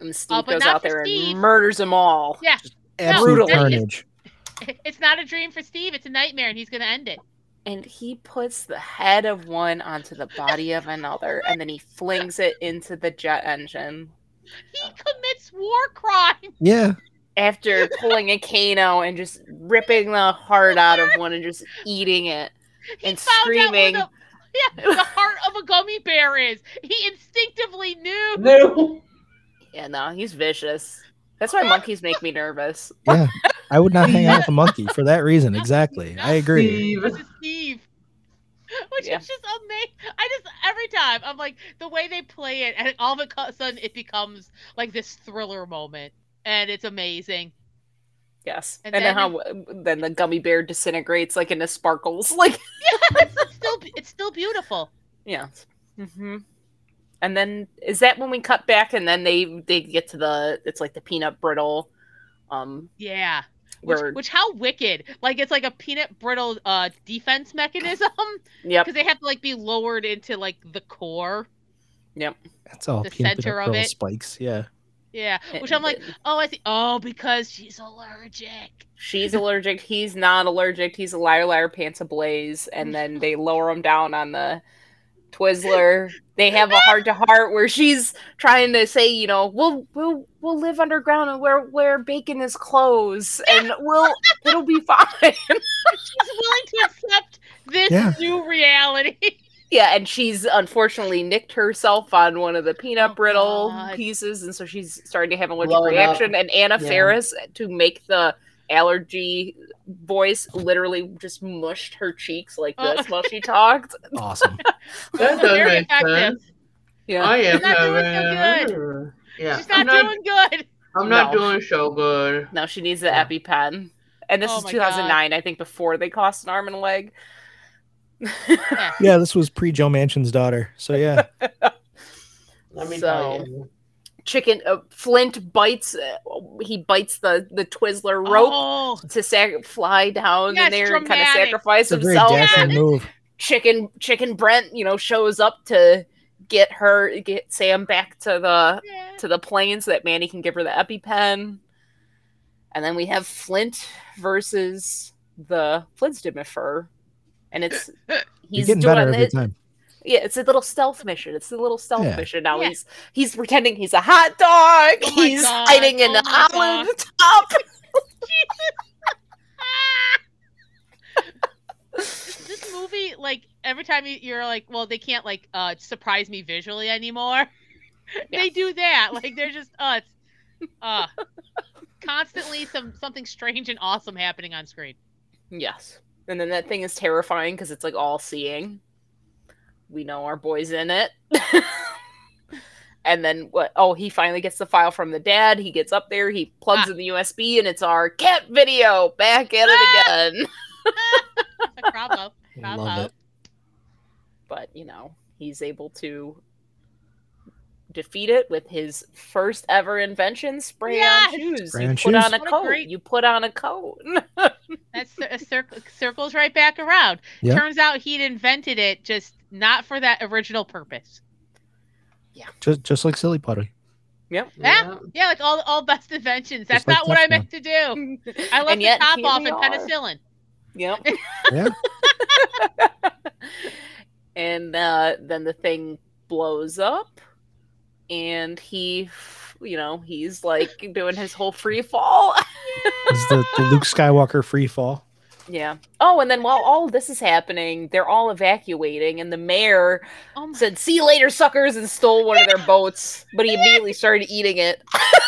S3: And Steve
S2: but
S3: goes
S2: not
S3: out
S2: for
S3: there
S2: Steve.
S3: and murders them all.
S2: Yeah.
S1: Absolute
S3: Brutal.
S1: carnage.
S2: it's not a dream for Steve; it's a nightmare, and he's gonna end it.
S3: And he puts the head of one onto the body of another, and then he flings it into the jet engine Uh.
S2: He commits war crime.
S1: Yeah.
S3: after pulling a cano and just ripping the heart out of one and just eating it.
S2: He
S3: And
S2: found
S3: screaming.
S2: out where the, yeah, the heart of a gummy bear is. He instinctively knew.
S4: no.
S3: Yeah, no, he's vicious. That's why monkeys make me nervous.
S1: Yeah. I would not hang out with a monkey for that reason. Exactly. I agree.
S4: Steve.
S2: to Steve. Which
S3: Yeah.
S2: is just amazing. I just every time I'm like the way they play it, and all of a co- sudden it becomes like this thriller moment, and it's amazing.
S3: Yes.
S2: And
S3: And, then, how then the gummy bear disintegrates like into sparkles. Like
S2: It's still it's still beautiful.
S3: Yeah.
S2: Mm-hmm.
S3: hmm And then is that when we cut back and then they they get to the it's like the peanut brittle um
S2: Yeah. Which,
S3: where
S2: which how wicked! Like it's like a peanut brittle uh defense mechanism
S3: yep
S2: because they have to like be lowered into like the core.
S1: That's all
S2: The
S1: peanut
S2: center
S1: butter
S2: of
S1: curl
S2: it.
S1: spikes. Yeah.
S2: Yeah,
S3: it-
S2: which I'm like, oh, I see. Oh, because she's allergic.
S3: she's allergic he's not allergic he's a liar liar pants ablaze and then they lower him down on the Twizzler they have a heart to heart where she's trying to say you know we'll we'll we'll live underground and wear wear bacon as clothes and we'll it'll be fine
S2: She's willing to accept this
S1: Yeah.
S2: new reality.
S3: Yeah, and she's unfortunately nicked herself on one of the peanut
S2: Oh,
S3: brittle
S2: God.
S3: pieces, and so she's starting to have an allergic
S4: Blowing up.
S3: reaction. And Anna
S4: Yeah.
S3: Ferris, to make the allergy voice, literally just mushed her cheeks like
S2: Oh.
S3: this while she talked.
S1: Awesome.
S4: That doesn't
S2: Very
S4: make
S2: effective.
S4: sense.
S3: Yeah,
S4: I am
S2: She's not doing so
S4: having- Yeah.
S2: She's
S4: I'm
S2: not, doing good.
S4: I'm not
S3: No.
S4: doing so good.
S3: no, she needs the
S4: Yeah.
S3: EpiPen, and this
S2: Oh
S3: is
S2: my God.
S3: 2009, I think, before they cost an arm and a leg.
S1: Yeah, this was pre Joe Manchin's daughter. So yeah,
S4: Let me
S3: So-
S4: tell you.
S3: Chicken uh, Flint bites. Uh, he bites the the Twizzler rope
S2: Oh,
S3: to sac- fly down
S2: Yes,
S3: in there and kind of
S2: dramatic.
S1: it's
S3: sacrifice
S1: a very
S3: himself.
S1: dashing
S3: and
S1: move.
S3: chicken Chicken Brent, you know, shows up to get her get Sam back to the
S2: yeah.
S3: to the plane so that Manny can give her the EpiPen. And then we have Flint versus the Flintstonifer. And it's
S1: You're
S3: he's
S1: getting
S3: doing
S1: better every
S3: it.
S1: time.
S3: Yeah, it's a little stealth mission. It's a little stealth
S1: Yeah.
S3: mission. Now
S2: Yeah.
S3: he's he's pretending he's a hot dog.
S2: Oh my
S3: he's
S2: God.
S3: hiding in
S2: Oh
S3: the
S2: my
S3: olive top.
S2: This- this movie, like every time you, you're like, well, they can't like uh surprise me visually anymore. they do that. Like they're just us. Uh, constantly some something strange and awesome happening on screen.
S3: Yes. And then that thing is terrifying because it's like all seeing. We know our boy's in it. and then what? Oh, he finally gets the file from the dad. He gets up there, he
S2: Ah.
S3: plugs in the USB, and it's our cat video back at
S2: Ah.
S3: it again.
S2: It's like, bravo, bravo.
S1: Love it.
S3: But, you know, he's able to defeat it with his first ever invention spray
S2: Yes!
S3: on shoes.
S1: Spray
S3: you
S1: on
S3: put on
S2: shoes.
S3: a
S2: What a
S3: coat.
S2: great-
S3: You put on a coat.
S2: That's cir- a circle circles right back around.
S1: Yeah.
S2: Turns out he'd invented it just not for that original purpose.
S1: Just just like silly putty.
S2: Yeah. Yeah, like all all best inventions. That's
S1: Just like
S2: not what I
S1: Teflon.
S2: meant to do. I left
S3: And yet,
S2: the top
S3: here
S2: off
S3: we
S2: and
S3: are.
S2: penicillin.
S3: Yep.
S1: Yeah.
S3: and uh, then the thing blows up, and he, f- you know, he's like doing his whole free fall.
S1: It's the, the Luke Skywalker free fall.
S3: yeah. Oh, and then while all this is happening, they're all evacuating, and the mayor
S2: Oh my
S3: said, "See you later, suckers," and stole one of their boats. But he immediately started eating it.
S1: The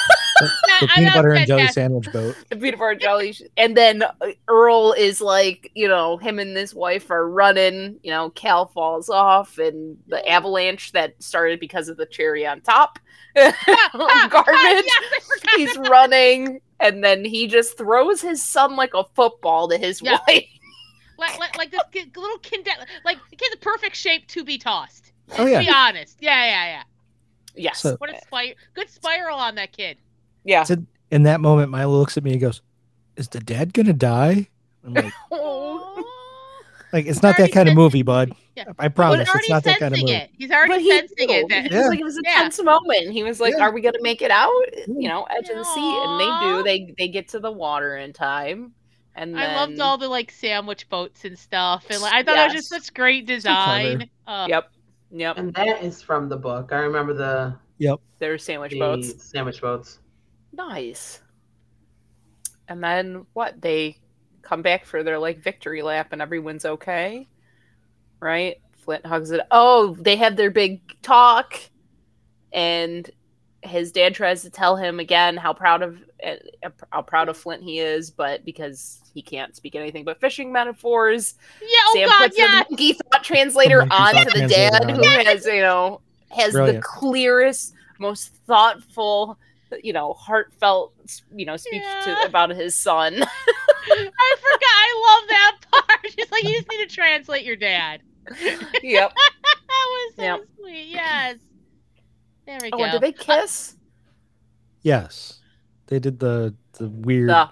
S2: god, I
S1: peanut
S2: love
S1: butter and
S2: that
S1: jelly
S2: death.
S1: sandwich boat.
S3: the peanut butter jelly. sh- And then uh, Earl is like, you know, him and his wife are running. You know, Cal falls off, and the avalanche that started because of the cherry on top
S2: Ah, ah,
S3: Oh, garbage.
S2: yes, I forgot.
S3: He's running, and then he just throws his son like a football to his
S2: Yeah.
S3: wife.
S2: like like, like this kid- little kid like the kid's a perfect shape to be tossed.
S1: Oh
S2: To be
S1: yeah.
S2: honest, yeah, yeah, yeah.
S3: Yes.
S1: So-
S2: What a spir- good spiral on that kid.
S3: yeah.
S1: So- In that moment, Milo looks at me and goes, "Is the dad gonna die?" I'm like,
S3: Oh.
S1: like it's not that kind of movie, bud.
S2: Yeah.
S1: I
S2: He's
S1: promise,
S2: already
S1: it's not that
S2: sensing
S1: kind of movie.
S2: it. He's already
S3: But he
S2: sensing
S3: knew.
S2: it. That,
S1: Yeah.
S3: It was like it was a
S2: Yeah.
S3: tense moment. He was like,
S1: Yeah.
S3: "Are we gonna make it out?" You
S1: Yeah.
S3: know, edge of the sea, and they
S2: Aw.
S3: do. They they get to the water in time. And then,
S2: I loved all the like sandwich boats and stuff, and like, I thought it was just
S3: Yes.
S2: such great design. Uh,
S3: Yep, yep.
S4: And that is from the book. I remember the,
S3: There's sandwich
S4: the
S3: boats.
S4: sandwich boats.
S3: Nice. And then what? They come back for their like victory lap, and everyone's okay, right? Flint hugs it. Oh, they have their big talk, and his dad tries to tell him again how proud of eh, how proud of Flint he is, but because he can't speak anything but fishing metaphors,
S2: Yeah. Oh
S3: Sam
S2: god.
S3: puts
S2: Yeah.
S3: the monkey thought translator
S1: The monkey
S3: onto
S1: thought
S3: the
S1: translator
S3: dad
S1: on.
S3: who has, you know, has the
S1: Brilliant.
S3: clearest, most thoughtful, you know, heartfelt, you know, speech
S2: Yeah.
S3: to, about his son.
S2: I forgot. I love that part. She's like, you just need to translate your dad.
S3: yep.
S2: That was so
S3: Yep.
S2: sweet. Yes. There we
S3: Oh,
S2: go.
S3: and did they kiss?
S1: Yes, they did the the weird
S3: No.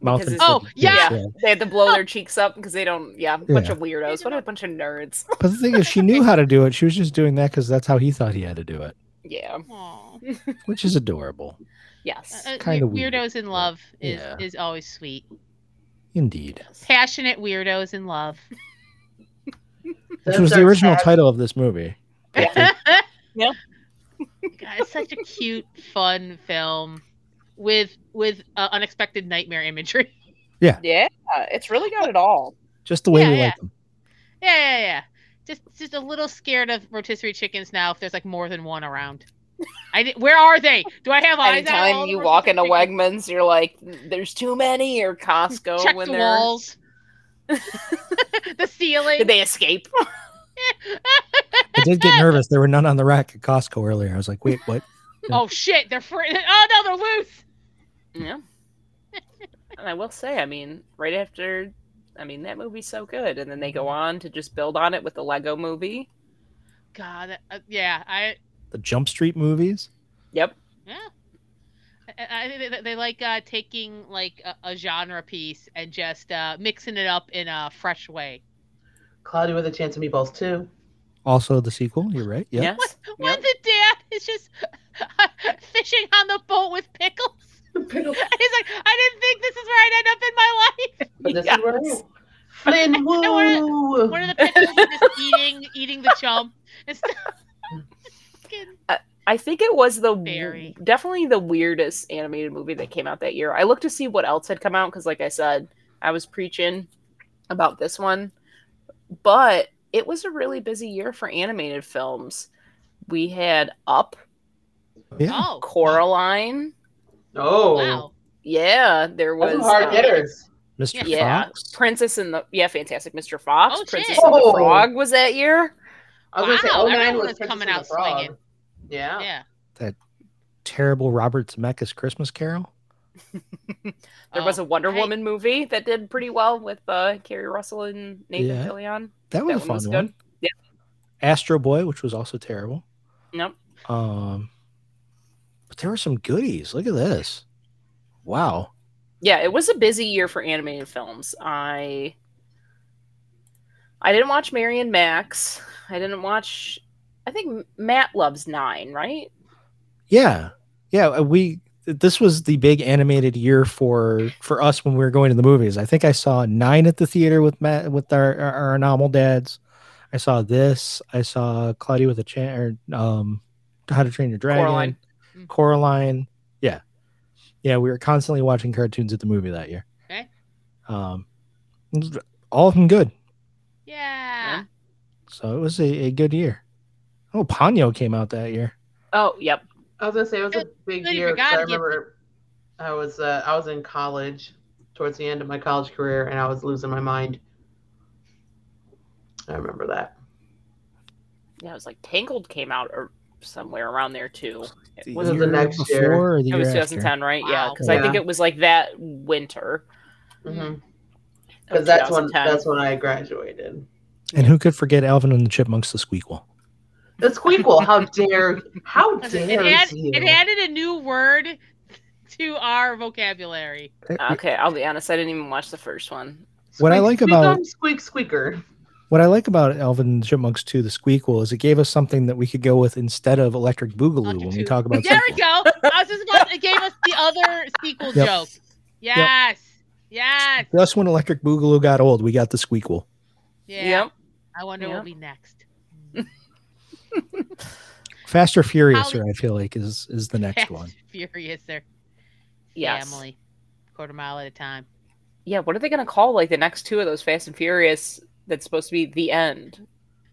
S1: mouth.
S3: because
S1: and
S3: it's-
S2: Oh,
S1: stuff.
S2: yeah.
S3: They had to blow their cheeks up because they don't, yeah, bunch
S1: Yeah.
S3: of weirdos. What a bunch of nerds.
S1: But the thing is, she knew how to do it. She was just doing that because that's how he thought he had to do it,
S3: Yeah.
S2: Aw.
S1: which is adorable,
S3: Yes.
S2: Uh,
S1: kinda
S2: we-
S1: weird,
S2: weirdos in
S1: but-
S2: love is
S1: yeah.
S2: is always sweet.
S1: indeed.
S2: Passionate weirdos in love.
S1: Which was the original title of this movie.
S2: yeah.
S3: Yeah.
S2: God, it's such a cute, fun film with with uh, unexpected nightmare imagery.
S3: yeah. It's really got it all.
S1: Just the way
S2: Yeah,
S1: we
S2: yeah.
S1: like them.
S2: Yeah, yeah, yeah. Just just a little scared of rotisserie chickens now if there's like more than one around. I did, where are they? Do I have eyes? on all
S3: Anytime
S2: the
S3: you walk into
S2: rotisserie chickens?
S3: Wegmans, you're like, there's too many, or Costco
S2: check
S3: when
S2: the
S3: they're.
S2: walls, the ceiling.
S3: Did they escape?
S1: I did get nervous. There were none on the rack at Costco earlier. I was like, wait, what?
S2: Oh shit! They're free. Oh no, they're loose.
S3: Yeah. and I will say, I mean, right after I mean, that movie's so good. And then they go on to just build on it with the Lego movie.
S2: God, uh, yeah, I
S1: The Jump Street movies.
S3: Yep.
S2: yeah. I, I think they, they like uh, taking like a, a genre piece and just uh, mixing it up in a fresh way.
S4: Cloudy with a Chance of Meatballs too.
S1: Also the sequel. You're right. Yeah.
S3: Yes.
S2: When
S3: Yep.
S2: the dad is just fishing on the boat with pickles,
S4: Pickle.
S2: and he's like, "I didn't think this is where I'd end up in my life."
S4: But this is where I am.
S3: Yes.
S4: Flynn
S2: know
S4: Woo.
S2: One of the pickles is just eating eating the chum. It's Fucking-
S3: I think it was the
S2: Very.
S3: definitely the weirdest animated movie that came out that year. I looked to see what else had come out because, like I said, I was preaching about this one, but it was a really busy year for animated films. We had Up,
S1: Yeah.
S2: oh
S3: Coraline.
S4: Oh,
S2: wow.
S3: Yeah, there was
S4: those are hard
S3: um,
S4: hitters.
S1: Mr.
S3: Yeah,
S1: Fox.
S3: Princess and the yeah, Fantastic Mr. Fox.
S2: Oh,
S3: Princess
S2: shit.
S3: and the
S4: Oh.
S3: Frog was that year.
S4: I
S2: Wow,
S4: was gonna say 09
S2: everyone
S4: was
S2: was
S4: Princess
S2: coming
S4: and the
S2: out
S4: Frog.
S2: swinging.
S4: Yeah.
S2: Yeah.
S1: Terrible Robert Zemeckis Christmas Carol.
S3: There
S2: Oh,
S3: was a Wonder
S2: I-
S3: Woman movie that did pretty well with uh, Carrie Russell and Nathan
S1: Yeah.
S3: Fillion.
S1: That was
S3: That
S1: a
S3: one
S1: fun
S3: was good.
S1: one.
S3: Yeah.
S1: Astro Boy, which was also terrible.
S3: Nope.
S1: Um, but there were some goodies. Look at this. Wow.
S3: yeah it was a busy year for animated films i i didn't watch Mary and max i didn't watch i think matt loves nine right
S1: Yeah. Yeah. uh, We, this was the big animated year for for us when we were going to the movies. I think I saw nine at the theater with Matt with our our, our anomal dads. I saw this. I saw Claudia with a Chan or um, How to Train Your Dragon.
S3: Coraline.
S2: Mm.
S1: Coraline. Yeah, yeah. We were constantly watching cartoons at the movie that year.
S2: Okay.
S1: Um, it was all of them good.
S2: Yeah.
S1: So it was a, a good year. Oh, Ponyo came out that year.
S3: oh yep
S4: I was gonna say it was a big
S2: Good, you
S4: year. 'cause
S2: forgot
S4: I
S2: to get-
S4: remember I was uh, I was in college towards the end of my college career, and I was losing my mind. I remember that.
S3: yeah it was like tangled came out or somewhere around there too it was,
S4: Was it the next
S1: before
S4: year?
S1: or the
S3: it was
S1: year after?
S3: 2010 right yeah
S2: Wow.
S3: because i think
S4: Yeah.
S3: it was like that winter
S4: Because
S3: of
S4: Mm-hmm. that's when
S3: 2010.
S4: that's when I graduated.
S1: And who could forget Alvin and the Chipmunks the Squeakquel?
S4: The squeakquel. How dare how
S2: It,
S4: dare
S2: add-
S4: you?
S2: it added a new word to our vocabulary.
S3: okay i'll be honest i didn't even watch the first one
S1: What I
S4: Squeak,
S1: like
S4: squeak
S1: about-
S4: on squeak squeaker.
S1: What I like about Alvin and the Chipmunks 2, the Squeakquel, is it gave us something that we could go with instead of Electric Boogaloo
S2: Electric
S1: when we
S2: Boogaloo.
S1: talk about
S2: There we
S1: sequels.
S2: go. I was just about it gave us the other sequel
S1: Yep.
S2: joke. Yes. Yes.
S1: Just when Electric Boogaloo got old, we got the Squeakquel.
S2: Yeah.
S3: yep
S2: I wonder
S3: Yep.
S2: what'll be next.
S1: Faster Furiouser, I feel like, is is the next
S2: Fast
S1: one.
S2: Furious there.
S3: yes
S2: Family. Quarter mile at a time.
S3: yeah what are they going to call like the next two of those fast and furious that's supposed to be the end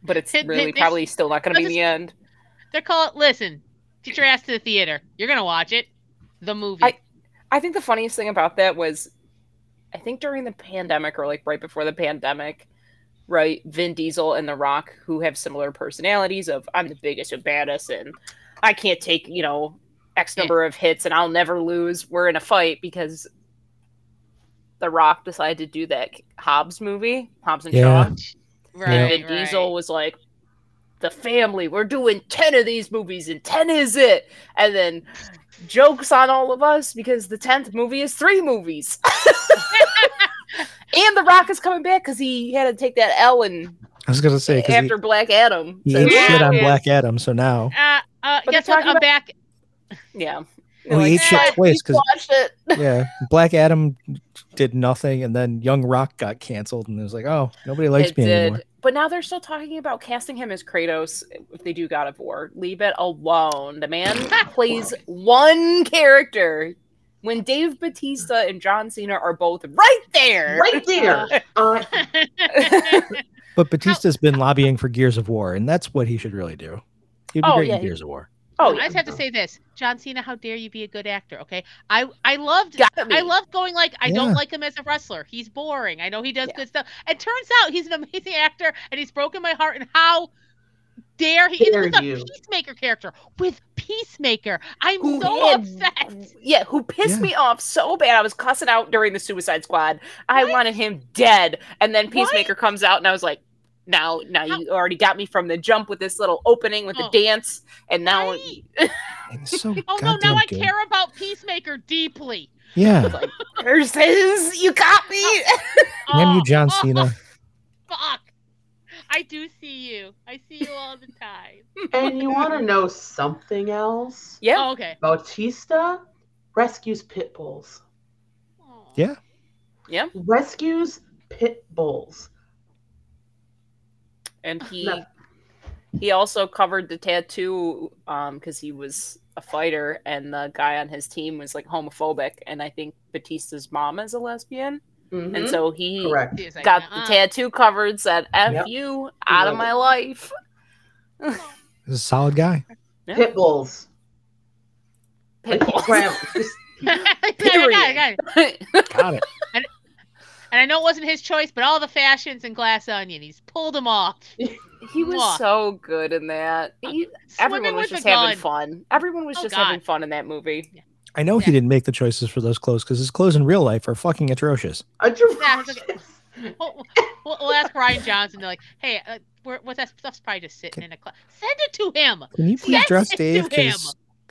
S3: but it's
S2: They- they-
S3: really
S2: they-
S3: probably still not going to
S2: they'll
S3: be
S2: just-
S3: the end
S2: They're called listen, get your ass to the theater. You're gonna watch it. The movie.
S3: I- i think the funniest thing about that was i think during the pandemic or like right before the pandemic right vin diesel and the rock who have similar personalities of i'm the biggest and baddest and i can't take you know x
S2: Yeah.
S3: number of hits and i'll never lose we're in a fight because the rock decided to do that hobbs movie hobbs and
S1: Yeah.
S3: shaw
S2: right,
S3: and Vin
S2: right.
S3: Diesel was like, "The family, we're doing ten of these movies, and ten is it." And then jokes on all of us because the tenth movie is three movies. and The Rock is coming back because he had to take that L and
S1: I was going to say, because
S3: after Black Adam.
S1: he,
S3: So,
S1: ate
S2: Yeah,
S1: shit on
S2: yes.
S1: Black Adam, so now.
S2: Uh, uh,
S3: But
S2: guess
S3: they're
S2: what?
S3: talking
S2: I'm
S3: about-
S2: back.
S3: yeah.
S1: Well, he
S3: They're
S1: ate
S3: like,
S1: shit
S3: "Ah,
S1: twice
S3: you
S1: 'cause-
S3: watched it.
S1: yeah, Black Adam did nothing, and then Young Rock got canceled, and it was like, oh, nobody likes
S3: It
S1: me
S3: did.
S1: anymore.
S3: But now they're still talking about casting him as Kratos if they do God of War. Leave it alone. The man plays one character when Dave Batista and John Cena are both right there.
S4: Right there. Uh,
S1: But Batista's been lobbying for Gears of War, and that's what he should really do. He'd be
S3: Oh,
S1: great
S3: yeah,
S1: in
S3: he-
S1: Gears of War.
S3: Oh,
S2: I
S3: yeah.
S2: just have to say this, John Cena. How dare you be a good actor? Okay, I I loved
S3: Gotta be.
S2: I love going like I
S1: Yeah.
S2: don't like him as a wrestler. He's boring. I know he does
S3: Yeah.
S2: good stuff. It turns out he's an amazing actor, and he's broken my heart. And how dare he?
S4: Dare
S2: it was
S4: you.
S2: a Peacemaker character with Peacemaker. I'm
S3: Who-
S2: so
S3: yeah.
S2: upset.
S3: Yeah, who pissed
S1: Yeah.
S3: me off so bad. I was cussing out during the Suicide Squad. I
S2: What?
S3: wanted him dead. And then
S2: What?
S3: Peacemaker comes out, and I was like, now, now you already got me from the jump with this little opening with
S2: Oh.
S3: the dance, and now
S2: Right?
S1: And it's so
S2: Oh no,
S1: goddamn
S2: now I
S1: good.
S2: care about Peacemaker deeply.
S1: Yeah,
S3: curses, you got me.
S1: damn
S2: Oh,
S1: you, John
S2: oh,
S1: Cena.
S2: Fuck. I do see you. I see you all the time.
S4: And you want to know something else?
S3: yeah,
S2: Oh, okay.
S4: Bautista rescues pit bulls.
S2: Aw.
S1: Yeah.
S3: yeah.
S4: Rescues pit bulls.
S3: And he
S4: No.
S3: he also covered the tattoo um because he was a fighter, and the guy on his team was like homophobic, and I think Batista's mom is a lesbian,
S4: Mhm.
S2: Mm-hmm.
S3: and so he
S4: Correct.
S2: He was like,
S3: got
S2: "Nuh-uh."
S3: the tattoo covered said "f
S4: Yep.
S3: you out of
S4: Love
S3: my life."
S1: He's a solid guy.
S3: Yeah.
S4: Pit bulls. Like,
S3: Pitbull.
S4: grab- just-
S2: I got it, I got it.
S1: Got it.
S2: And I know it wasn't his choice, but all the fashions in Glass Onion, he's pulled them off.
S3: he was
S2: Mwah.
S3: so good in that. He- everyone
S2: Swimming
S3: was
S2: with
S3: just
S2: a
S3: having
S2: gun.
S3: fun. Everyone was
S2: Oh,
S3: just
S2: God.
S3: having fun in that movie.
S1: I know he
S2: Yeah.
S1: didn't make the choices for those clothes because his clothes in real life are fucking atrocious.
S4: atrocious.
S2: We'll, we'll- we'll ask Ryan Johnson. They're like, "Hey, uh, we're, what that stuff's probably just sitting in a closet. Send it to him."
S1: Can you please
S2: Yes,
S1: dress
S2: to
S1: Dave?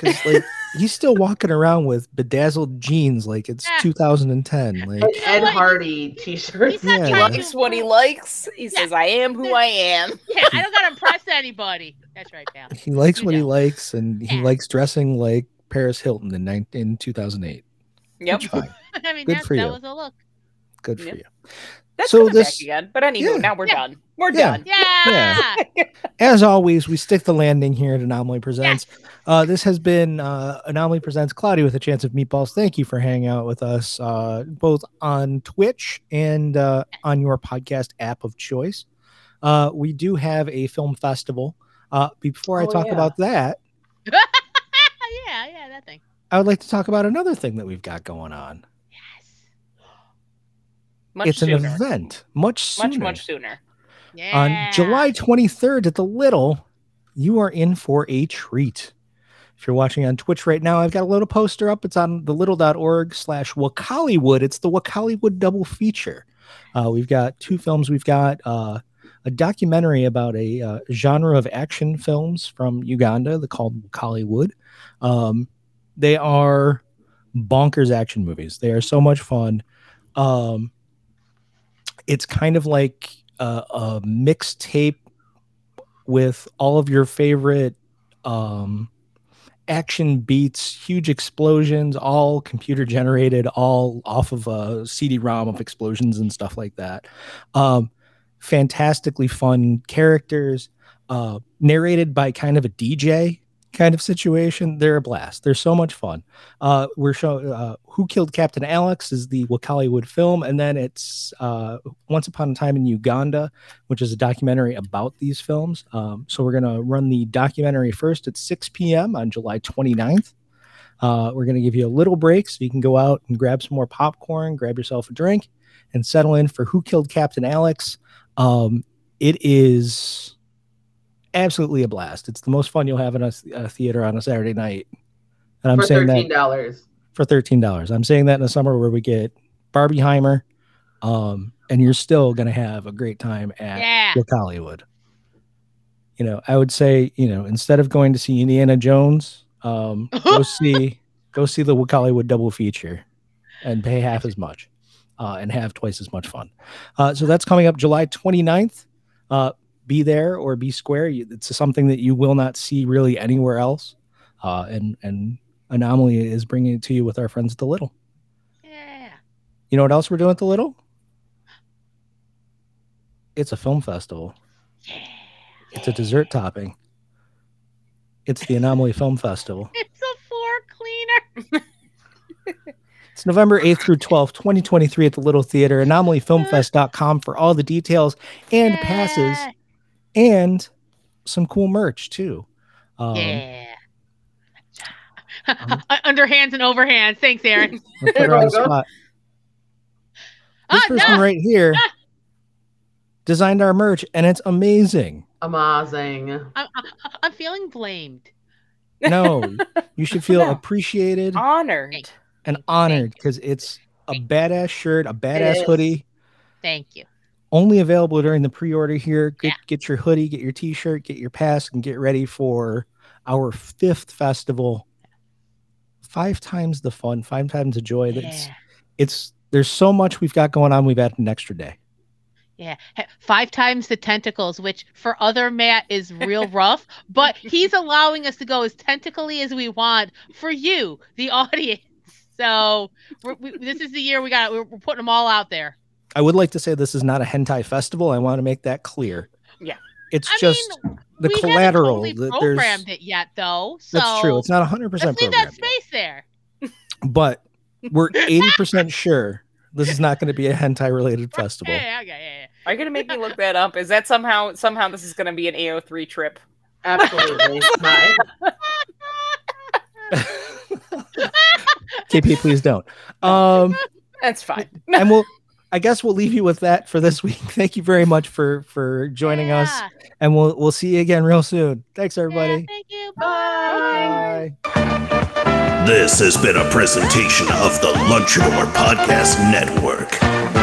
S1: Because like he's still walking around with bedazzled jeans like it's
S2: Yeah.
S1: 2010. Like
S4: An
S2: You know
S4: Ed
S2: what?
S4: Hardy t-shirt.
S2: He's not
S1: Yeah.
S3: He
S2: trying
S3: likes
S2: to.
S3: what he likes. He says, "I am who I am."
S2: Yeah, I don't gotta impress anybody. That's right, pal.
S1: he likes
S2: You
S1: what he
S2: know.
S1: likes, and he
S2: Yeah.
S1: likes dressing like Paris Hilton in, nine in 2008.
S3: Yep,
S1: It's fine.
S2: I mean,
S1: Good
S2: that,
S1: for
S2: that
S1: you.
S2: was a look.
S1: Good for
S3: Yep.
S1: you.
S3: that's
S1: So
S3: coming
S1: this-
S3: back again. But anywho,
S1: Yeah.
S3: now we're
S2: Yeah.
S3: done. We're
S1: Yeah.
S3: done.
S2: Yeah.
S1: As always, we stick the landing here at Anomaly Presents. Uh, this has been uh, Anomaly Presents Cloudy with a Chance of Meatballs. Thank you for hanging out with us uh, both on Twitch and uh, on your podcast app of choice. Uh, we do have a film festival. Uh, before I
S4: Oh,
S1: talk
S4: yeah.
S1: about that,
S2: yeah, yeah, that thing.
S1: I would like to talk about another thing that we've got going on.
S2: Yes.
S3: Much
S1: it's
S3: sooner.
S1: an event, much sooner.
S3: Much much sooner.
S2: Yeah.
S1: on July 23rd at the Little, you are in for a treat. If you're watching on Twitch right now, I've got a little poster up. It's on thelittle.org slash Wakaliwood. It's the Wakaliwood double feature. Uh, we've got two films. We've got uh, a documentary about a uh, genre of action films from Uganda the- called Wakaliwood. Um, they are bonkers action movies. They are so much fun. Um, it's kind of like a, a mixtape with all of your favorite um, action beats, huge explosions, all computer generated, all off of a CD-ROM of explosions and stuff like that. Um, fantastically fun characters, uh, narrated by kind of a DJ kind of situation. They're a blast. They're so much fun. Uh, we're showing uh, Who Killed Captain Alex is the Wakaliwood film, and then it's uh, Once Upon a Time in Uganda, which is a documentary about these films. Um, so we're going to run the documentary first at 6 p.m. on July 29th. Uh, we're going to give you a little break so you can go out and grab some more popcorn, grab yourself a drink, and settle in for Who Killed Captain Alex. Um, it is absolutely a blast. It's the most fun you'll have in a, a theater on a Saturday night. And I'm
S4: for
S1: saying that
S4: thirteen dollars.
S1: for thirteen dollars. I'm saying that in the summer where we get Barbieheimer, um, and you're still gonna have a great time at
S2: Yeah.
S1: Look Hollywood. You know, I would say, you know, instead of going to see Indiana Jones, um, go see go see the Wakaliwood double feature and pay half as much uh, and have twice as much fun. Uh, so that's coming up July 29th. Uh, be there or be square. You- It's something that you will not see really anywhere else. Uh, and and Anomaly is bringing it to you with our friends at the Little.
S2: Yeah.
S1: You know what else we're doing at the Little? It's a film festival.
S2: Yeah.
S1: It's a dessert topping. It's the Anomaly Film Festival.
S2: It's a floor cleaner.
S1: It's November 8th through 12th, 2023 at the Little Theater, anomalyfilmfest.com for all the details and passes
S2: Yeah.
S1: and some cool merch too. Um,
S2: yeah. Uh,
S1: um,
S2: Underhands and overhands. Thanks, Aaron.
S1: I'll put her on the spot. This
S2: Ah,
S1: person
S2: no.
S1: right here
S2: Ah.
S1: designed our merch and it's amazing.
S4: Amazing.
S2: I'm, I'm, I'm feeling blamed.
S1: No, you should feel
S3: No.
S1: appreciated
S3: Honored.
S2: Thank
S1: and
S2: you,
S1: honored
S2: thank you,
S1: because it's a
S2: Thank you.
S1: badass shirt, a badass
S4: is.
S1: hoodie.
S2: Thank you.
S1: Only available during the pre-order here. Get,
S2: Yeah.
S1: get your hoodie, get your T-shirt, get your pass, and get ready for our fifth festival. Five times the fun, five times the joy. That's
S2: Yeah.
S1: it's there's so much we've got going on. We've had an extra day.
S2: Yeah. He- Five times the tentacles, which for other Matt is real rough, but he's allowing us to go as tentacly as we want for you, the audience. So we're, we, this is the year we got. We're, we're putting them all out there.
S1: I would like to say this is not a hentai festival. I want to make that clear.
S3: Yeah.
S1: It's
S2: I
S1: just
S2: mean,
S1: the
S2: we
S1: collateral
S2: Haven't
S1: that
S2: totally
S1: there's-
S2: programmed it yet, though. So
S1: that's true. It's not 100%
S2: let's leave that
S1: programmed,
S2: space there.
S1: but we're 80% sure this is not going to be a hentai related festival.
S2: Yeah, yeah, yeah, yeah, yeah.
S3: Are you gonna make me look that up? Is that somehow somehow this is gonna be an AO3 trip?
S4: Absolutely. Hi.
S1: KP, please don't. Um,
S3: That's fine.
S1: and we'll, I guess we'll leave you with that for this week. Thank you very much for for joining us,
S2: Yeah.
S1: and we'll we'll see you again real soon. Thanks,
S2: Yeah,
S1: everybody.
S2: thank you.
S1: Bye.
S5: This has been a presentation of the Lunch Hour Podcast Network.